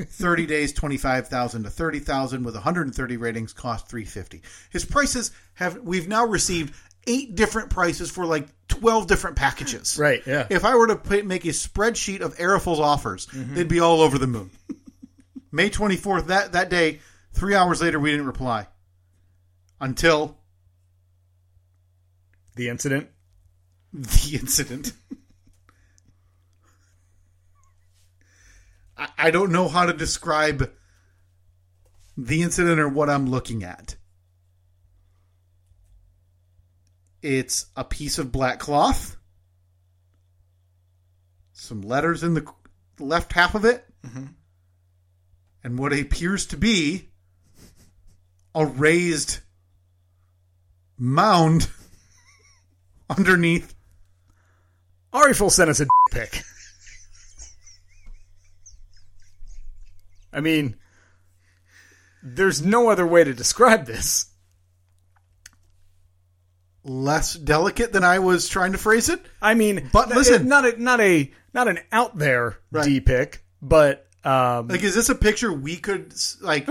30 days, 25,000 to 30,000 with 130 ratings cost 350. His prices have, we've now received eight different prices for like 12 different packages. Right. Yeah. If I were to put, make a spreadsheet of Arifel's offers, they'd be all over the moon. May 24th, that, that day, three hours later, we didn't reply. Until The incident. the incident. I, I don't know how to describe the incident or what I'm looking at. It's a piece of black cloth, some letters in the left half of it, and what appears to be a raised mound [LAUGHS] underneath Ari Full sent us a pick. I mean, there's no other way to describe this. less delicate than I was trying to phrase it. I mean, But n- listen- not a not a not an out there Right. D pick, but um, Like, is this a picture we could like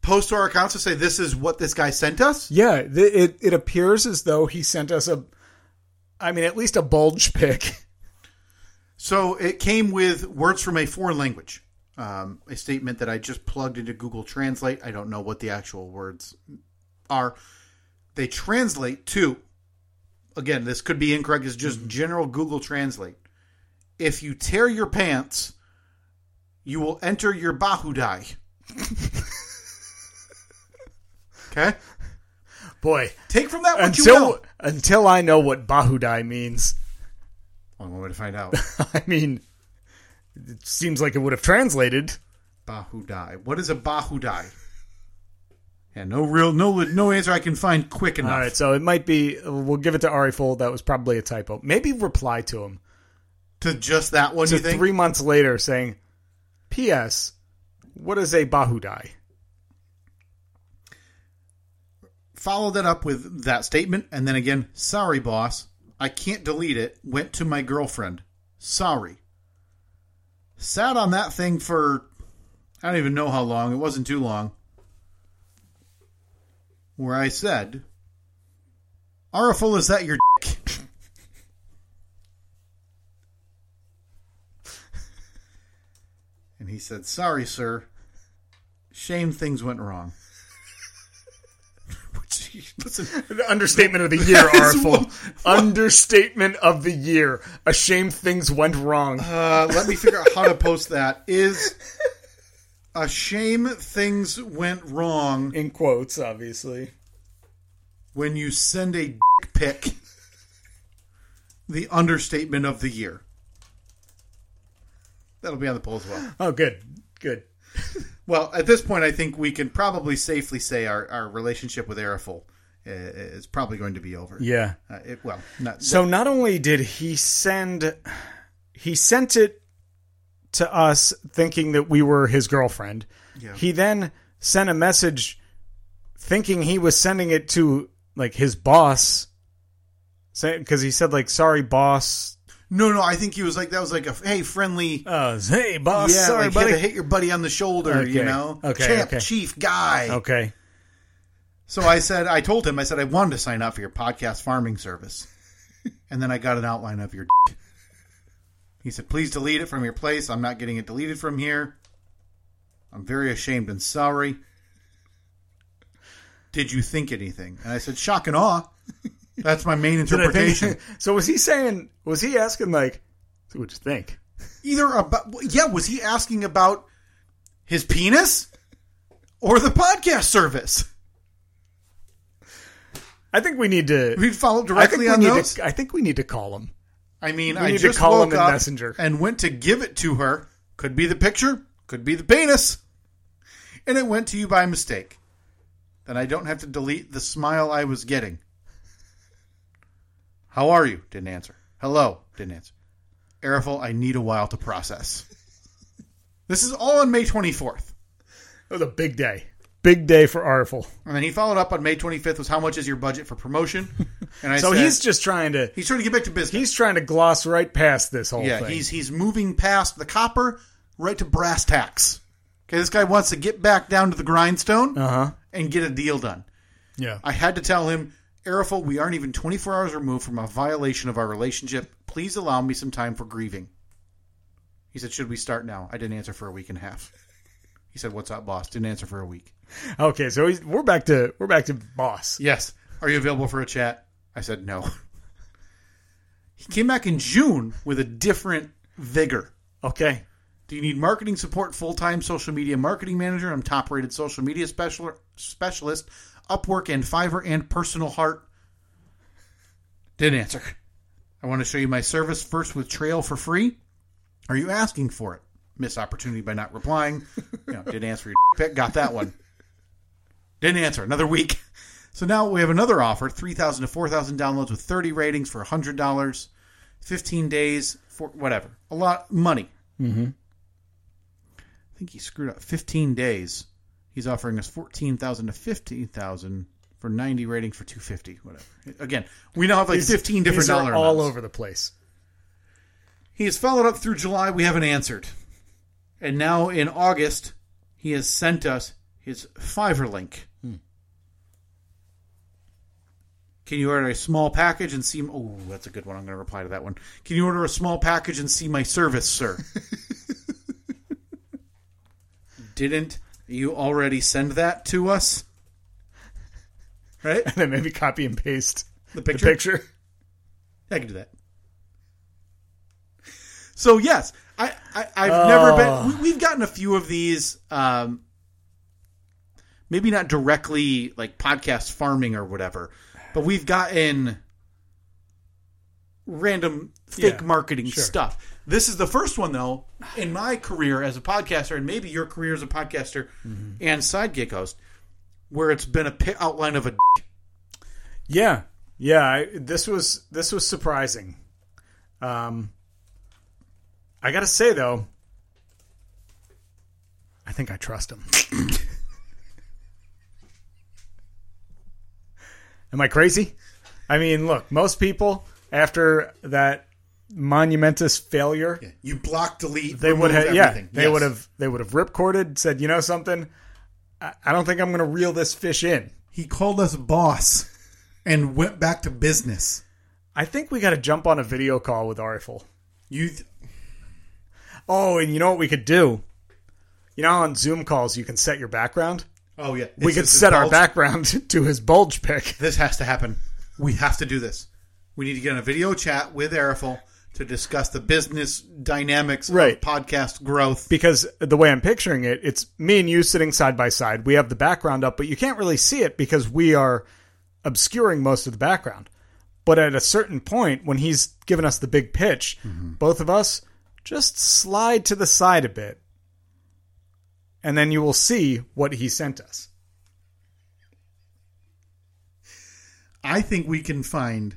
post to our accounts to say this is what this guy sent us? Yeah, th- it it appears as though he sent us a, I mean, at least a bulge pick. So it came with words from a foreign language, um, a statement that I just plugged into Google Translate. I don't know what the actual words are. They translate to, again, this could be incorrect. It's just general Google Translate. If you tear your pants, you will enter your Bahudai. okay, Boy, take from that what you [LAUGHS] until will. until I know what Bahudai means. Only way to find out. [LAUGHS] I mean, it seems like it would have translated. Bahudai. What is a Bahudai? Yeah, no real, no no answer I can find quick enough. All right, so it might be. We'll give it to Ari Fold. That was probably a typo. Maybe reply to him. To just that one, to you think? three months later saying, P.S. What is a [LAUGHS] Bahudai? Follow that up with that statement, and then again, sorry, boss, I can't delete it. Went to my girlfriend. Sorry. Sat on that thing for I don't even know how long. It wasn't too long. Where I said, "Araful, is that your dick?" and he said, "Sorry, sir. Shame things went wrong." Which- Listen, Understatement of the year, [LAUGHS] That is Arful. one- Understatement of the year. A shame things went wrong. Uh, let me figure out how to post that. Is a shame things went wrong In quotes, obviously. when you send a dick pic. The understatement of the year. That'll be on the poll as well. Oh, good. Good. Well, at this point, I think we can probably safely say our, our relationship with Arafel uh, is probably going to be over. Yeah. Uh, it, well, not, So not only did he send, he sent it to us thinking that we were his girlfriend. Yeah. He then sent a message thinking he was sending it to like his boss, because he said like, "Sorry, boss." no, no. I think he was like that was like a hey friendly. Uh, hey, boss. yeah, like sorry, hit, buddy. the- hit your buddy on the shoulder. You Okay. know, Okay, champ, okay. chief, guy. okay. So I said, I told him, I said, I wanted to sign up for your podcast farming service. And then I got an outline of your d He said, please delete it from your place. I'm not getting it deleted from here. I'm very ashamed and sorry. Did you think anything? And I said, shock and awe. That's my main [LAUGHS] Did I think- interpretation. so was he saying? Was he asking like, "What you think?" Either about, yeah, was he asking about his penis or the podcast service? I think we need to. We followed I think directly we on need those. to. I think we need to call him. I mean, We I need to just call woke him in up Messenger. and went to give it to her. Could be the picture, could be the penis, and it went to you by mistake. Then I don't have to delete the smile I was getting. How are you? Didn't answer. Hello? Didn't answer. Arifel, I need a while to process. This is all on May 24th. It was a big day. Big day for Arful. And then he followed up on May 25th was how much is your budget for promotion? And I [LAUGHS] So said, he's just trying to he's trying to get back to business. he's trying to gloss right past this whole Yeah, thing. he's he's moving past the copper right to brass tacks. Okay, this guy wants to get back down to the grindstone uh-huh. and get a deal done. Yeah. I had to tell him, Arafel, we aren't even 24 hours removed from a violation of our relationship. Please allow me some time for grieving. He said, Should we start now? I didn't answer for a week and a half. He said, What's up, boss? Didn't answer for a week. Okay, so he's, we're back to we're back to boss. Yes. Are you available for a chat? I said, No. [LAUGHS] he came back in June with a different vigor. Okay. Do you need marketing support, full time social media marketing manager? I'm top rated social media special, specialist, Upwork and Fiverr and Personal Heart. Didn't answer. I want to show you my service first with Trail for free. Are you asking for it? Missed opportunity by not replying. You know, didn't answer your [LAUGHS] pick. Got that one. Didn't answer. Another week. So now we have another offer: three thousand to four thousand downloads with thirty ratings for hundred dollars, fifteen days for whatever. A lot money. Mm-hmm. I think he screwed up 15 days. He's offering us 14,000 to 15,000 for 90 ratings for 250, whatever. Again, we now have like These- 15 different these are dollar all amounts. over the place. [LAUGHS] He has followed up through July. We haven't answered. And now in August, he has sent us his Fiverr link. Can you order a small package and see? Oh, that's a good one. I'm going to reply to that one. Can you order a small package and see my service, sir? Didn't you already send that to us? Right? And then maybe copy and paste The the picture. picture. I can do that. So yes, I, I I've never Oh. been. We, we've gotten a few of these, um, maybe not directly like podcast farming or whatever, but we've gotten random fake Yeah, marketing sure. stuff. This is the first one, though, in my career as a podcaster, and maybe your career as a podcaster Mm-hmm. and side gig host, where it's been a pi outline of a. Yeah, yeah. I, this was this was surprising. Um, I gotta say though, I think I trust him. [LAUGHS] Am I crazy? I mean, look, most people after that monumentous failure, You block, delete. they would have remove yeah, everything. they Yes. would have they would have ripcorded, said, you know something, I, I don't think I'm gonna reel this fish in. He called us boss, and went back to business. I think we got to jump on a video call with Arifel. You. Th- Oh, and you know what we could do? You know, how on Zoom calls, you can set your background. oh yeah, We It's could just his set our balls. background [LAUGHS] to his bulge pick. This has to happen. We have to do this. We need to get on a video chat with Arifel to discuss the business dynamics Right. of podcast growth. Because the way I'm picturing it, it's me and you sitting side by side. We have the background up, but you can't really see it because we are obscuring most of the background. But at a certain point, when he's given us the big pitch, both of us just slide to the side a bit. And then you will see what he sent us. I think we can find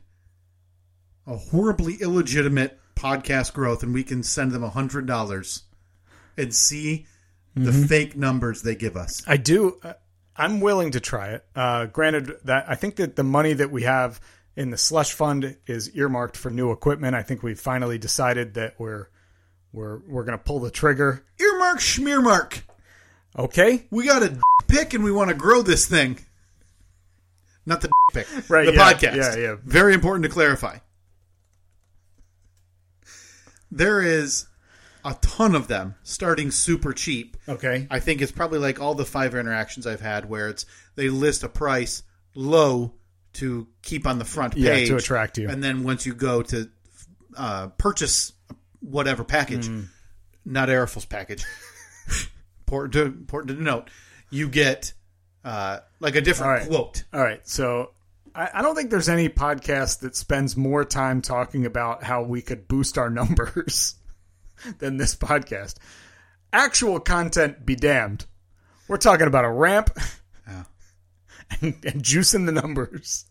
a horribly illegitimate podcast growth and we can send them $100 and see the Mm-hmm. fake numbers they give us. I do. Uh, I'm willing to try it. Uh, granted, that I think that the money that we have in the slush fund is earmarked for new equipment. I think we've finally decided that we're we're we're going to pull the trigger. Earmark, schmearmark. Okay, We got a pick and we want to grow this thing. Not the pick. [LAUGHS] Right, The yeah, podcast. yeah, yeah. Very important to clarify. There is a ton of them starting super cheap. okay. I think it's probably like all the five interactions I've had where it's they list a price low to keep on the front page Yeah, to attract you. and then once you go to uh, purchase whatever package, Hmm. not Airfuls package, [LAUGHS] important to important to note, you get uh, like a different All right. quote. All right, so. I I don't think there's any podcast that spends more time talking about how we could boost our [LAUGHS] numbers than this podcast. Actual content be damned. We're talking about a ramp Oh. [LAUGHS] and, and juicing the numbers.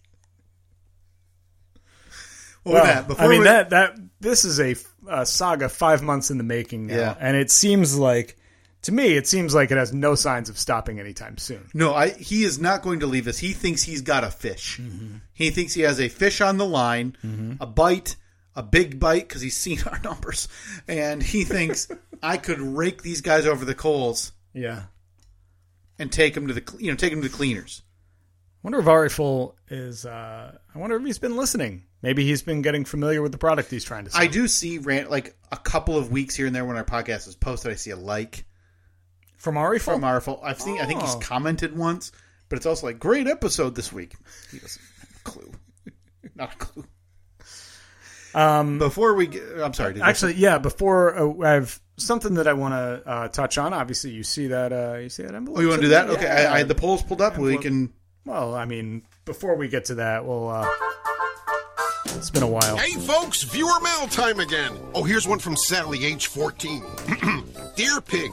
Well, Well, with that, before I mean we, that that this is a, uh saga five months in the making now, Yeah. and it seems like to me it seems like it has no signs of stopping anytime soon. no, I he is not going to leave us. He thinks he's got a fish. He thinks he has a fish on the line, a bite, a big bite because he's seen [LAUGHS] our numbers, and he thinks I could rake these guys over the coals Yeah, and take them to the cl- you know take them to the cleaners. wonder if Ariful is. Uh, I wonder if he's been listening. Maybe he's been getting familiar with the product he's trying to sell. I do see rant like a couple of weeks here and there when our podcast is posted. I see a like from Ariful. from our phone. I've seen. I think he's Oh. commented once, but it's also like great episode this week. He doesn't have a clue. [LAUGHS] Not a clue. Um, Before we, get, I'm sorry. Did Actually, yeah. Before uh, I have something that I want to uh, touch on. Obviously, you see that. Uh, you see that envelope. oh, you want to do that? Okay, Yeah. I, I had the polls pulled up. We can. Well, I mean, before we get to that, we'll. Uh, it's been a while. Hey folks, viewer mail time again. Oh, here's one from Sally, age 14. [CLEARS THROAT] Dear Pig.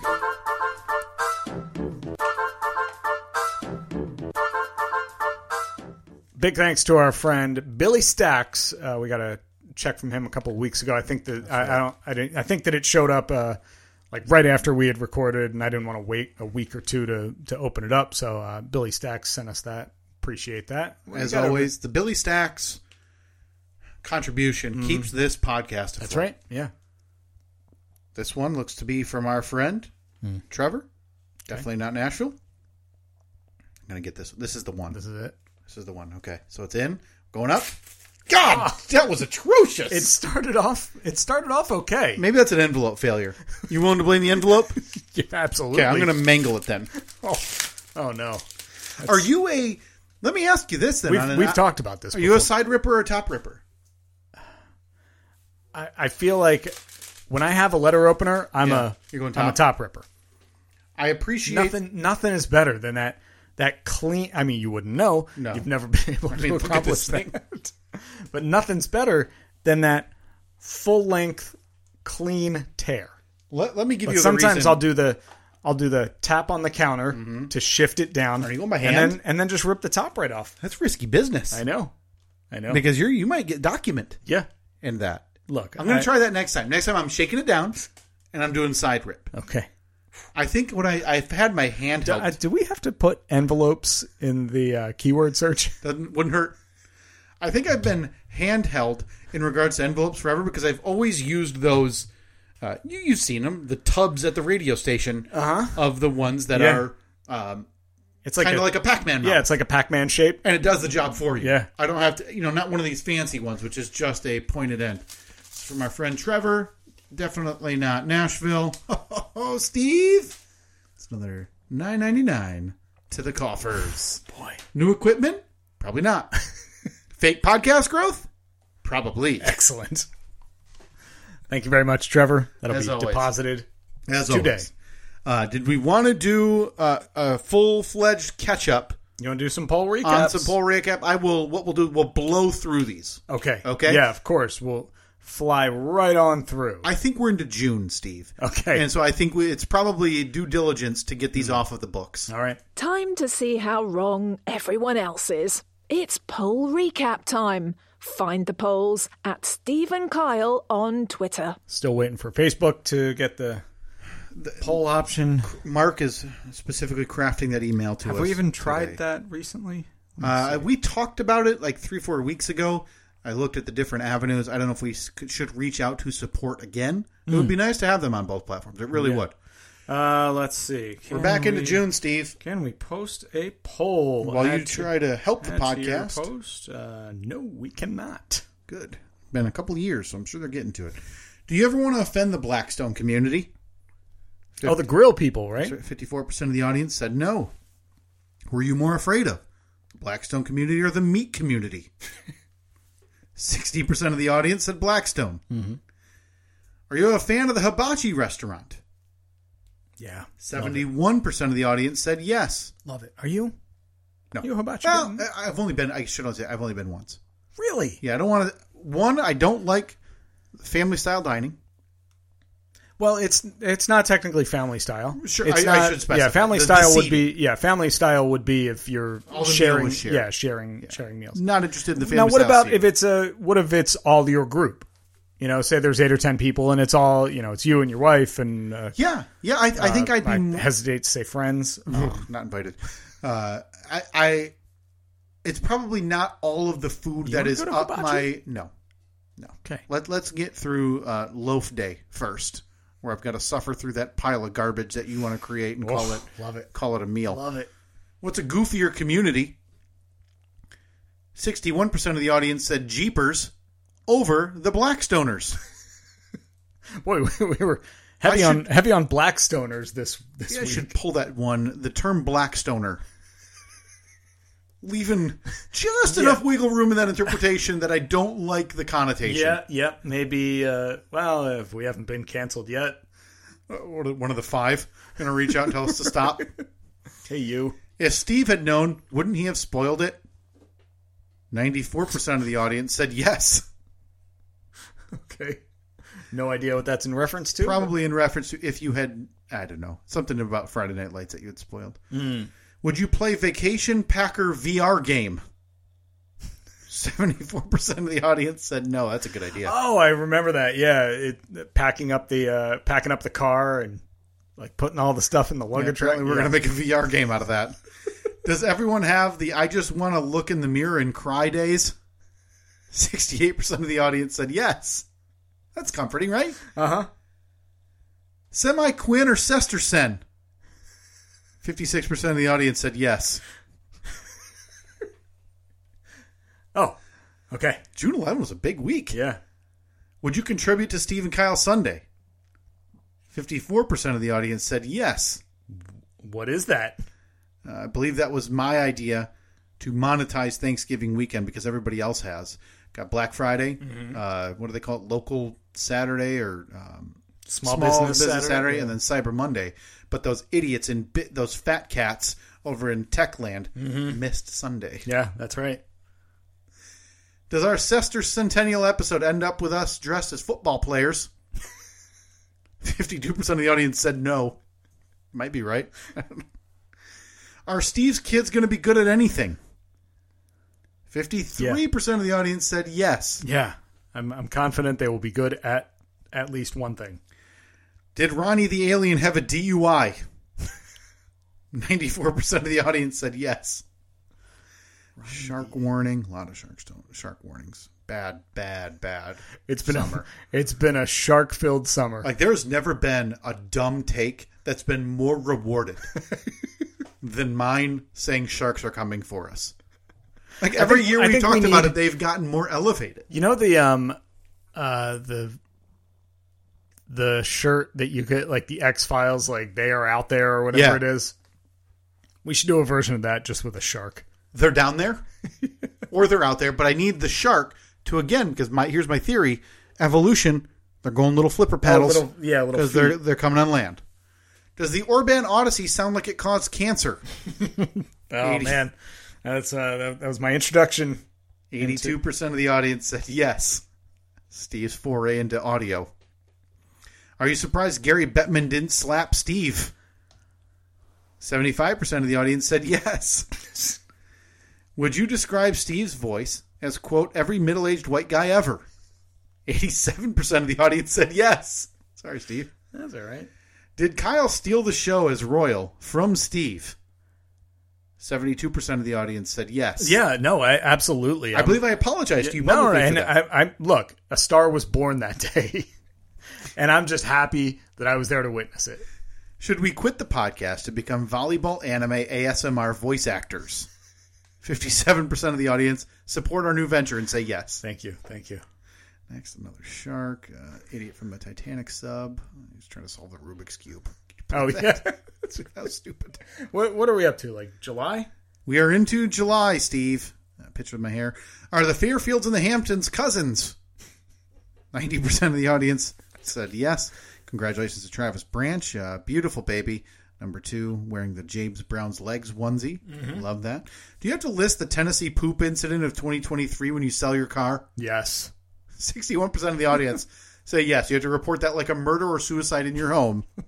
Big thanks to our friend Billy Stacks. Uh, we got a check from him a couple of weeks ago. I think that I, I don't. I didn't. I think that it showed up uh, like right after we had recorded, and I didn't want to wait a week or two to to open it up. So uh, Billy Stacks sent us that. Appreciate that. We As got a- always, the Billy Stacks contribution keeps this podcast. Afloat. that's right. Yeah. This one looks to be from our friend Hmm. Trevor. Definitely not Nashville. I'm gonna get this. This is the one. This is it. This is the one. Okay, so it's in, going up. God, Ah. that was atrocious. It started off. It started off okay. Maybe that's an envelope failure. You willing to blame the envelope? [LAUGHS] Yeah, [LAUGHS] absolutely. Okay, I'm gonna mangle it then. Oh, oh no. Are you a? Let me ask you this then. on We've, an- we've talked about this. Are you a before. side ripper or a top ripper? I, I feel like when I have a letter opener, I'm Yeah, a. you're going I'm a top. top ripper. I appreciate. nothing nothing is better than that that clean i mean you wouldn't know No. [LAUGHS] you've never been able to mean, look at accomplish [LAUGHS] this thing. that but nothing's better than that full length, clean tear. Let, let me give But you. sometimes the reason. Mm-hmm. I'll do the I'll do the tap on the counter to shift it down. Are you going by And then hand? and then just rip the top right off. That's risky business. I know. I know. Because you're you might get document yeah. in that. Look, I'm gonna I- try that next time. Next time I'm shaking it down, and I'm doing side rip. Okay. I think when I I've had my hand held, Uh, do we have to put envelopes in the uh, keyword search? doesn't wouldn't hurt. I think I've been handheld in regards to envelopes forever because I've always used those. Uh, you, you've seen them, the tubs at the radio station of the ones that Uh-huh. Yeah. are um, It's like kind a, of like a Pac-Man. yeah, mount. it's like a Pac-Man shape. and it does the job for you. Yeah. I don't have to, you know, not one of these fancy ones, which is just a pointed end. It's for my friend Trevor. Definitely not Nashville. [LAUGHS] Oh, Steve. It's another nine ninety nine to the coffers. Boy, New equipment? Probably not. [LAUGHS] Fake podcast growth? Probably. excellent. Thank you very much, Trevor. That'll As be always. deposited As today. always. Uh, did we want to do uh, a full fledged catch up You want to do some poll recaps? on some poll recap? I will. What we'll do? We'll blow through these. Okay. Okay. Yeah, of course. We'll fly right on through. I think we're into June, Steve. Okay. And so I think we, it's probably due diligence to get Hmm. these off of the books. All right. Time to see how wrong everyone else is. It's poll recap time. Find the polls at Stephen Kyle on Twitter. Still waiting for Facebook to get the, poll option. Mark is specifically crafting that email to us. Have we even tried today. that recently? Uh, we talked about it like three, four weeks ago. I looked at the different avenues. I don't know if we s- could- should reach out to support again. It Hmm. would be nice to have them on both platforms. It really would. Uh, let's see. Can We're back into we- June, Steve. Can we post a poll? While you Add to- try to help the add to your podcast, post? Uh, no, we cannot. good. Been a couple years, so I'm sure they're getting to it. Do you ever want to offend the Blackstone community? Oh, the grill people, right? 54% of the audience said no. Were you more afraid of the Blackstone community or the meat [LAUGHS] community? 60% of the audience said Blackstone. Mm-hmm. Are you a fan of the hibachi restaurant? Yeah. 71% of the audience said yes. Love it. Are you? No. You a hibachi Well, guy? I- I've only been, I should say, I've only been once. Really? Yeah, I don't want to, one, I don't like family style dining. Well, it's it's not technically family style. Sure, it's I- I not- should specify. Yeah, family The- the style would be seating. yeah, family style would be if you're All the meal sharing was shared. yeah, sharing sharing meals. Not interested in the family Now, what style about seating. if it's a what if it's all your group? You know, say there's eight or ten people, and it's all you know, it's you and your wife, and uh, Yeah, yeah, I, I think I'd be Mm-hmm. I more- hesitate to say friends. Oh, Ugh, Oh, not invited. Uh, I, I, it's probably not all of the food You that wanna is go to up hibachi? my. No, no. Okay. Let Let's get through uh, loaf day first, where I've got to suffer through that pile of garbage that you want to create and call it Oh, love it. call it a meal. Love it. What's a goofier community? Sixty-one percent of the audience said Jeepers over the Blackstoners. Boy, [LAUGHS] we, we were heavy I on heavy on Blackstoners this this Maybe I week. should pull that one. The term Blackstoner. Leaving just enough wiggle room in that interpretation that I don't like the connotation. Yeah, yeah, maybe. Uh, well, if we haven't been canceled yet, Uh, One of the five going to reach out and tell us to stop. hey you. If Steve had known, wouldn't he have spoiled it? 94% of the audience said yes. Okay. No idea what that's in reference to. Probably in reference to if you had, I don't know, something about Friday Night Lights that you had spoiled. Hmm. Would you play Vacation Packer VR game? 74% of the audience said no. That's a good idea. Oh, I remember that. Yeah, it, packing up the uh, packing up the car and like putting all the stuff in the Yeah, luggage. rack. apparently we're Yeah. gonna make a VR game out of [LAUGHS] that. Does everyone have the I just want to look in the mirror and cry days? Sixty-eight percent of the audience said yes. That's comforting, right? Uh-huh. Semi Quinn or Sesterson? Fifty-six percent of the audience said yes. Oh. Okay. June 11 was a big week. Yeah. Would you contribute to Steve and Kyle Sunday? Fifty-four percent of the audience said yes. What is that? Uh, I believe that was my idea to monetize Thanksgiving weekend because everybody else has got Black Friday. Uh, what do they call it? Local Saturday or um, Small, Saturday, and then Cyber Monday. But those idiots in bit, those fat cats over in Techland missed Sunday. [LAUGHS] Yeah, that's right. Does our Sester Centennial episode end up with us dressed as football players? [LAUGHS] 52% of the audience said no. Might be right. [LAUGHS] Are Steve's kids going to be good at anything? 53% of the audience said yes. Yeah, I'm, I'm confident they will be good at at least one thing. Did Ronnie the alien have a [LAUGHS] DUI? 94% of the audience said yes. Shark warning. A lot of shark, stone, shark warnings. Bad, bad, bad. It's been summer. A, [LAUGHS] it's been a shark filled summer. Like, there's never been a dumb take that's been more [LAUGHS] rewarded than mine saying sharks are coming for us. Like, every think- year I we think talked we about need- it, they've gotten more elevated. you know the um uh the the shirt that you get like the X Files like they are out there or whatever Yeah. it is. We should do a version of that just with a shark. they're down [LAUGHS] there or they're out there but i need the shark to again because my here's my theory evolution they're going little flipper paddles Oh, little- yeah, little because they're they're coming on land does the orban odyssey sound like it caused cancer Oh man, that's uh that, that was my introduction. 82% of the audience said yes steve's foray into audio are you surprised gary bettman didn't slap steve 75% of the audience said yes [LAUGHS] Would you describe Steve's voice as, quote, every middle aged white guy ever? 87% of the audience said yes. Sorry, Steve. That's all right. Did Kyle steal the show as Royal from Steve? 72% of the audience said yes. Yeah, no, I absolutely. I believe I apologized to you no, publicly for and that. I, I look, a star was born that [LAUGHS] day, and I'm just happy that I was there to witness it. Should we quit the podcast to become volleyball anime ASMR voice actors? 57% of the audience support our new venture and say yes. Thank you, thank you. Next, another shark. Uh, idiot from the Titanic sub. He's trying to solve the Rubik's Cube. [LAUGHS] Oh yeah, That was stupid. [LAUGHS] what what are we up to? Like July? We are into July, Steve. Uh, pitch with my hair. Are the Fairfields and the Hamptons cousins? 90% of the audience said yes. Congratulations to Travis Branch. Uh, beautiful baby. Number two, wearing the James Brown's legs onesie. Love that. Do you have to list the Tennessee poop incident of 2023 when you sell your car? Yes. 61% of the [LAUGHS] audience say yes. You have to report that like a murder or suicide in your home. [LAUGHS]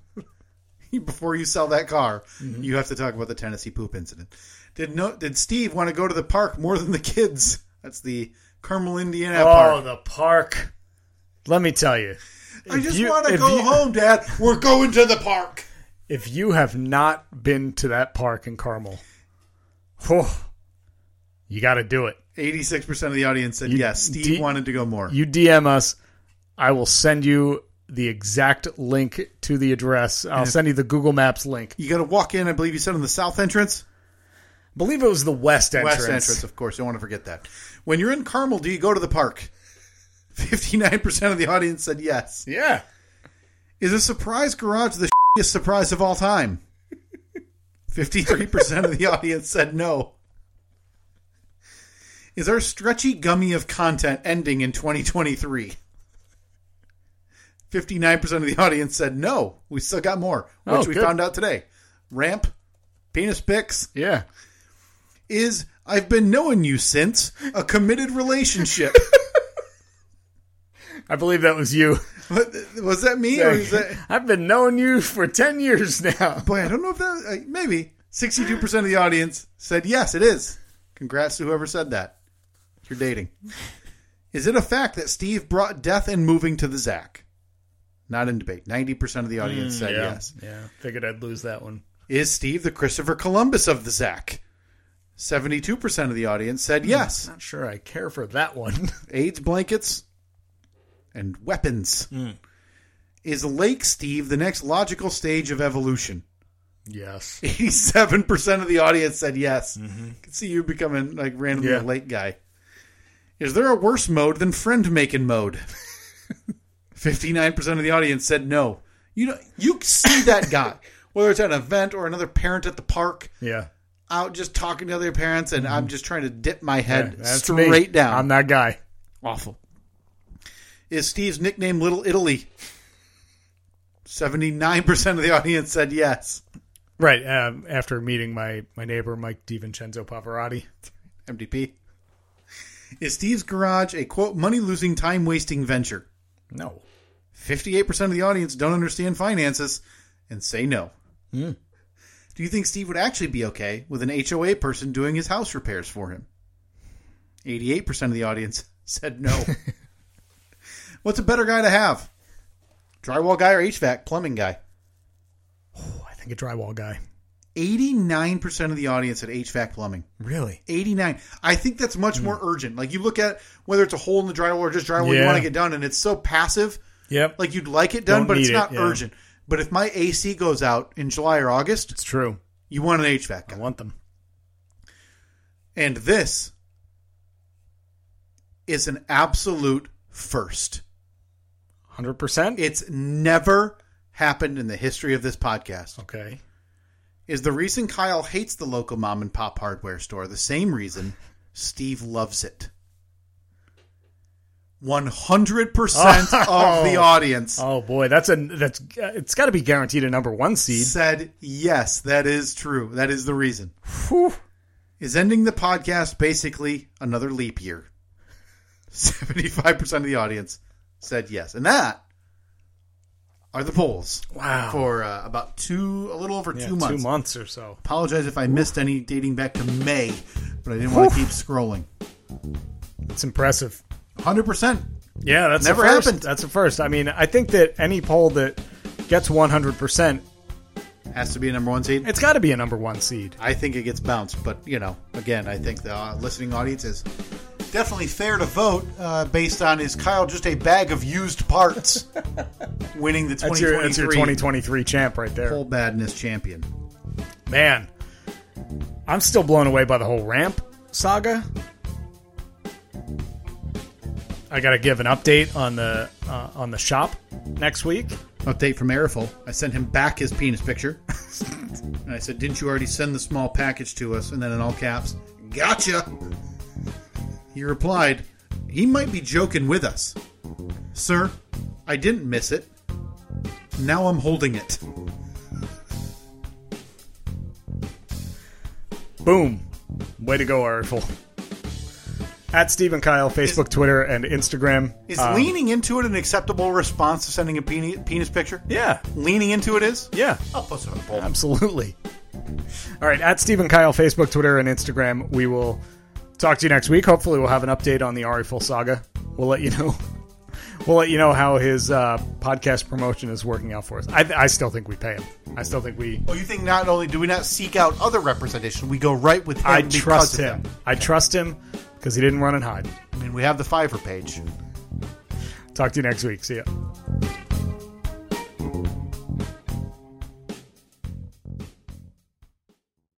Before you sell that car, you have to talk about the Tennessee poop incident. Did no did Steve want to go to the park more than the kids? That's the Carmel, Indiana Oh, park. the park. Let me tell you, I just you- want to if go you- home, Dad. We're going to the park. if you have not been to that park in Carmel, whew, you got to do it. Eighty six percent of the audience said You- yes. Steve do- wanted to go more. You DM us, I will send you the exact link to the address. I'll send you the Google Maps link. you got to walk in. I believe you said on the south entrance. believe it was the west entrance. West entrance, of course. You don't want to forget that. When you're in Carmel, do you go to the park? [LAUGHS] 59% of the audience said yes. Yeah. Is a surprise garage the shittiest surprise of all time? 53% of the audience said no. Is our stretchy gummy of content ending in 2023? 59% of the audience said no. We still got more, which Oh, we good. found out today. Ramp, penis pics, Yeah. is I've been knowing you since a committed relationship. [LAUGHS] I believe that was [LAUGHS] you. What- was that me or is that? [LAUGHS] I've been knowing you for 10 years now. Boy, I don't know if that. uh, Maybe sixty-two percent of the audience said yes. It is. Congrats to whoever said that. You're dating. Is it a fact that Steve brought death and moving to the Zach? Not in debate. Ninety percent of the audience said yes. [LAUGHS] Yeah. Figured I'd lose that one. Is Steve the Christopher Columbus of the Zach? Seventy-two percent of the audience said yes. Not sure I care for that one. [LAUGHS] AIDS blankets and weapons. Is Lake Steve the next logical stage of evolution? yes. 87% of the audience said yes. Could see you becoming like randomly Mm-hmm. Yeah. a late guy. Is there a worse mode than friend making [LAUGHS] mode? 59% of the audience said no. You know, you see that [LAUGHS] guy, whether it's at an event or another parent at the park, Yeah. out just talking to other parents, and I'm just trying to dip my head Mm-hmm. That's me. straight down. I'm that guy. Awful. Is Steve's nickname Little [LAUGHS] Italy? 79% of the audience said yes. Right. Um, after meeting my, my neighbor, Mike DiVincenzo Pavarotti. MDP. Is Steve's Garage a quote money losing, time wasting venture? No. 58% of the audience don't understand finances and say no. Do you think Steve would actually be okay with an HOA person doing his house repairs for him? 88% of the audience [LAUGHS] said no. What's a better guy to have? Drywall guy or HVAC plumbing guy? Oh, I think a drywall guy. 89% of the audience at HVAC plumbing. Really? 89. I think that's much more urgent. Like you look at whether it's a hole in the drywall or just drywall you Hmm. Yeah. want to get done, and it's so passive. Yep. Like you'd like it done, Don't but it's need it, not yeah. urgent. But if my AC goes out in July or August, It's true. you want an HVAC I guy. want them. And this is an absolute first. 100%? It's never happened in the history of this podcast. Okay. Is the reason Kyle hates the local mom and pop hardware store the same reason Steve loves it? 100% of the [LAUGHS] Oh. audience Oh boy, that's a that's uh, it's got to be guaranteed a number 1 seed. said yes, that is true. That is the reason. Whew. is ending the podcast basically another leap year. 75% of the audience said yes. And that are the polls Wow. for uh, about two, a little over Yeah, two months. Two months or so. Apologize if I missed any dating back to May, but I didn't want to keep scrolling. It's impressive. 100%. Yeah, that's Never a first. happened. That's a first. I mean, I think that any poll that gets 100%, Has to be a number one seed. it's got to be a number 1 seed. I think it gets bounced, but, you know, again, I think the uh, listening audience is definitely fair to vote uh, based on is Kyle just a bag of used [LAUGHS] parts winning the 2023 That's your, that's your 2023 champ right there. Full badness champion. Man, I'm still blown away by the whole ramp saga. I gotta give an update on the uh, on the shop next week. Update from Airful. I sent him back his penis picture. [LAUGHS] and I said, Didn't you already send the small package to us? And then in all caps, Gotcha. He replied, He might be joking with us. Sir, I didn't miss it. Now I'm holding it. Boom, way to go, Artful. At Stephen Kyle, Facebook, Twitter, and Instagram. Is Um, leaning into it an acceptable response to sending a penis, penis picture? Yeah, Leaning into it is? yeah. I'll post it on the poll. Absolutely. All right, at Stephen Kyle, Facebook, Twitter, and Instagram. We will talk to you next week. Hopefully, we'll have an update on the Ari Full saga. We'll let you know. [LAUGHS] We'll let you know how his uh, podcast promotion is working out for us. I, I still think we pay him. I still think we. Well, Oh, you think not only do we not seek out other representation, we go right with him I because trust of him. them. I trust him because he didn't run and hide. I mean, we have the Fiverr page. Talk to you next week. See ya.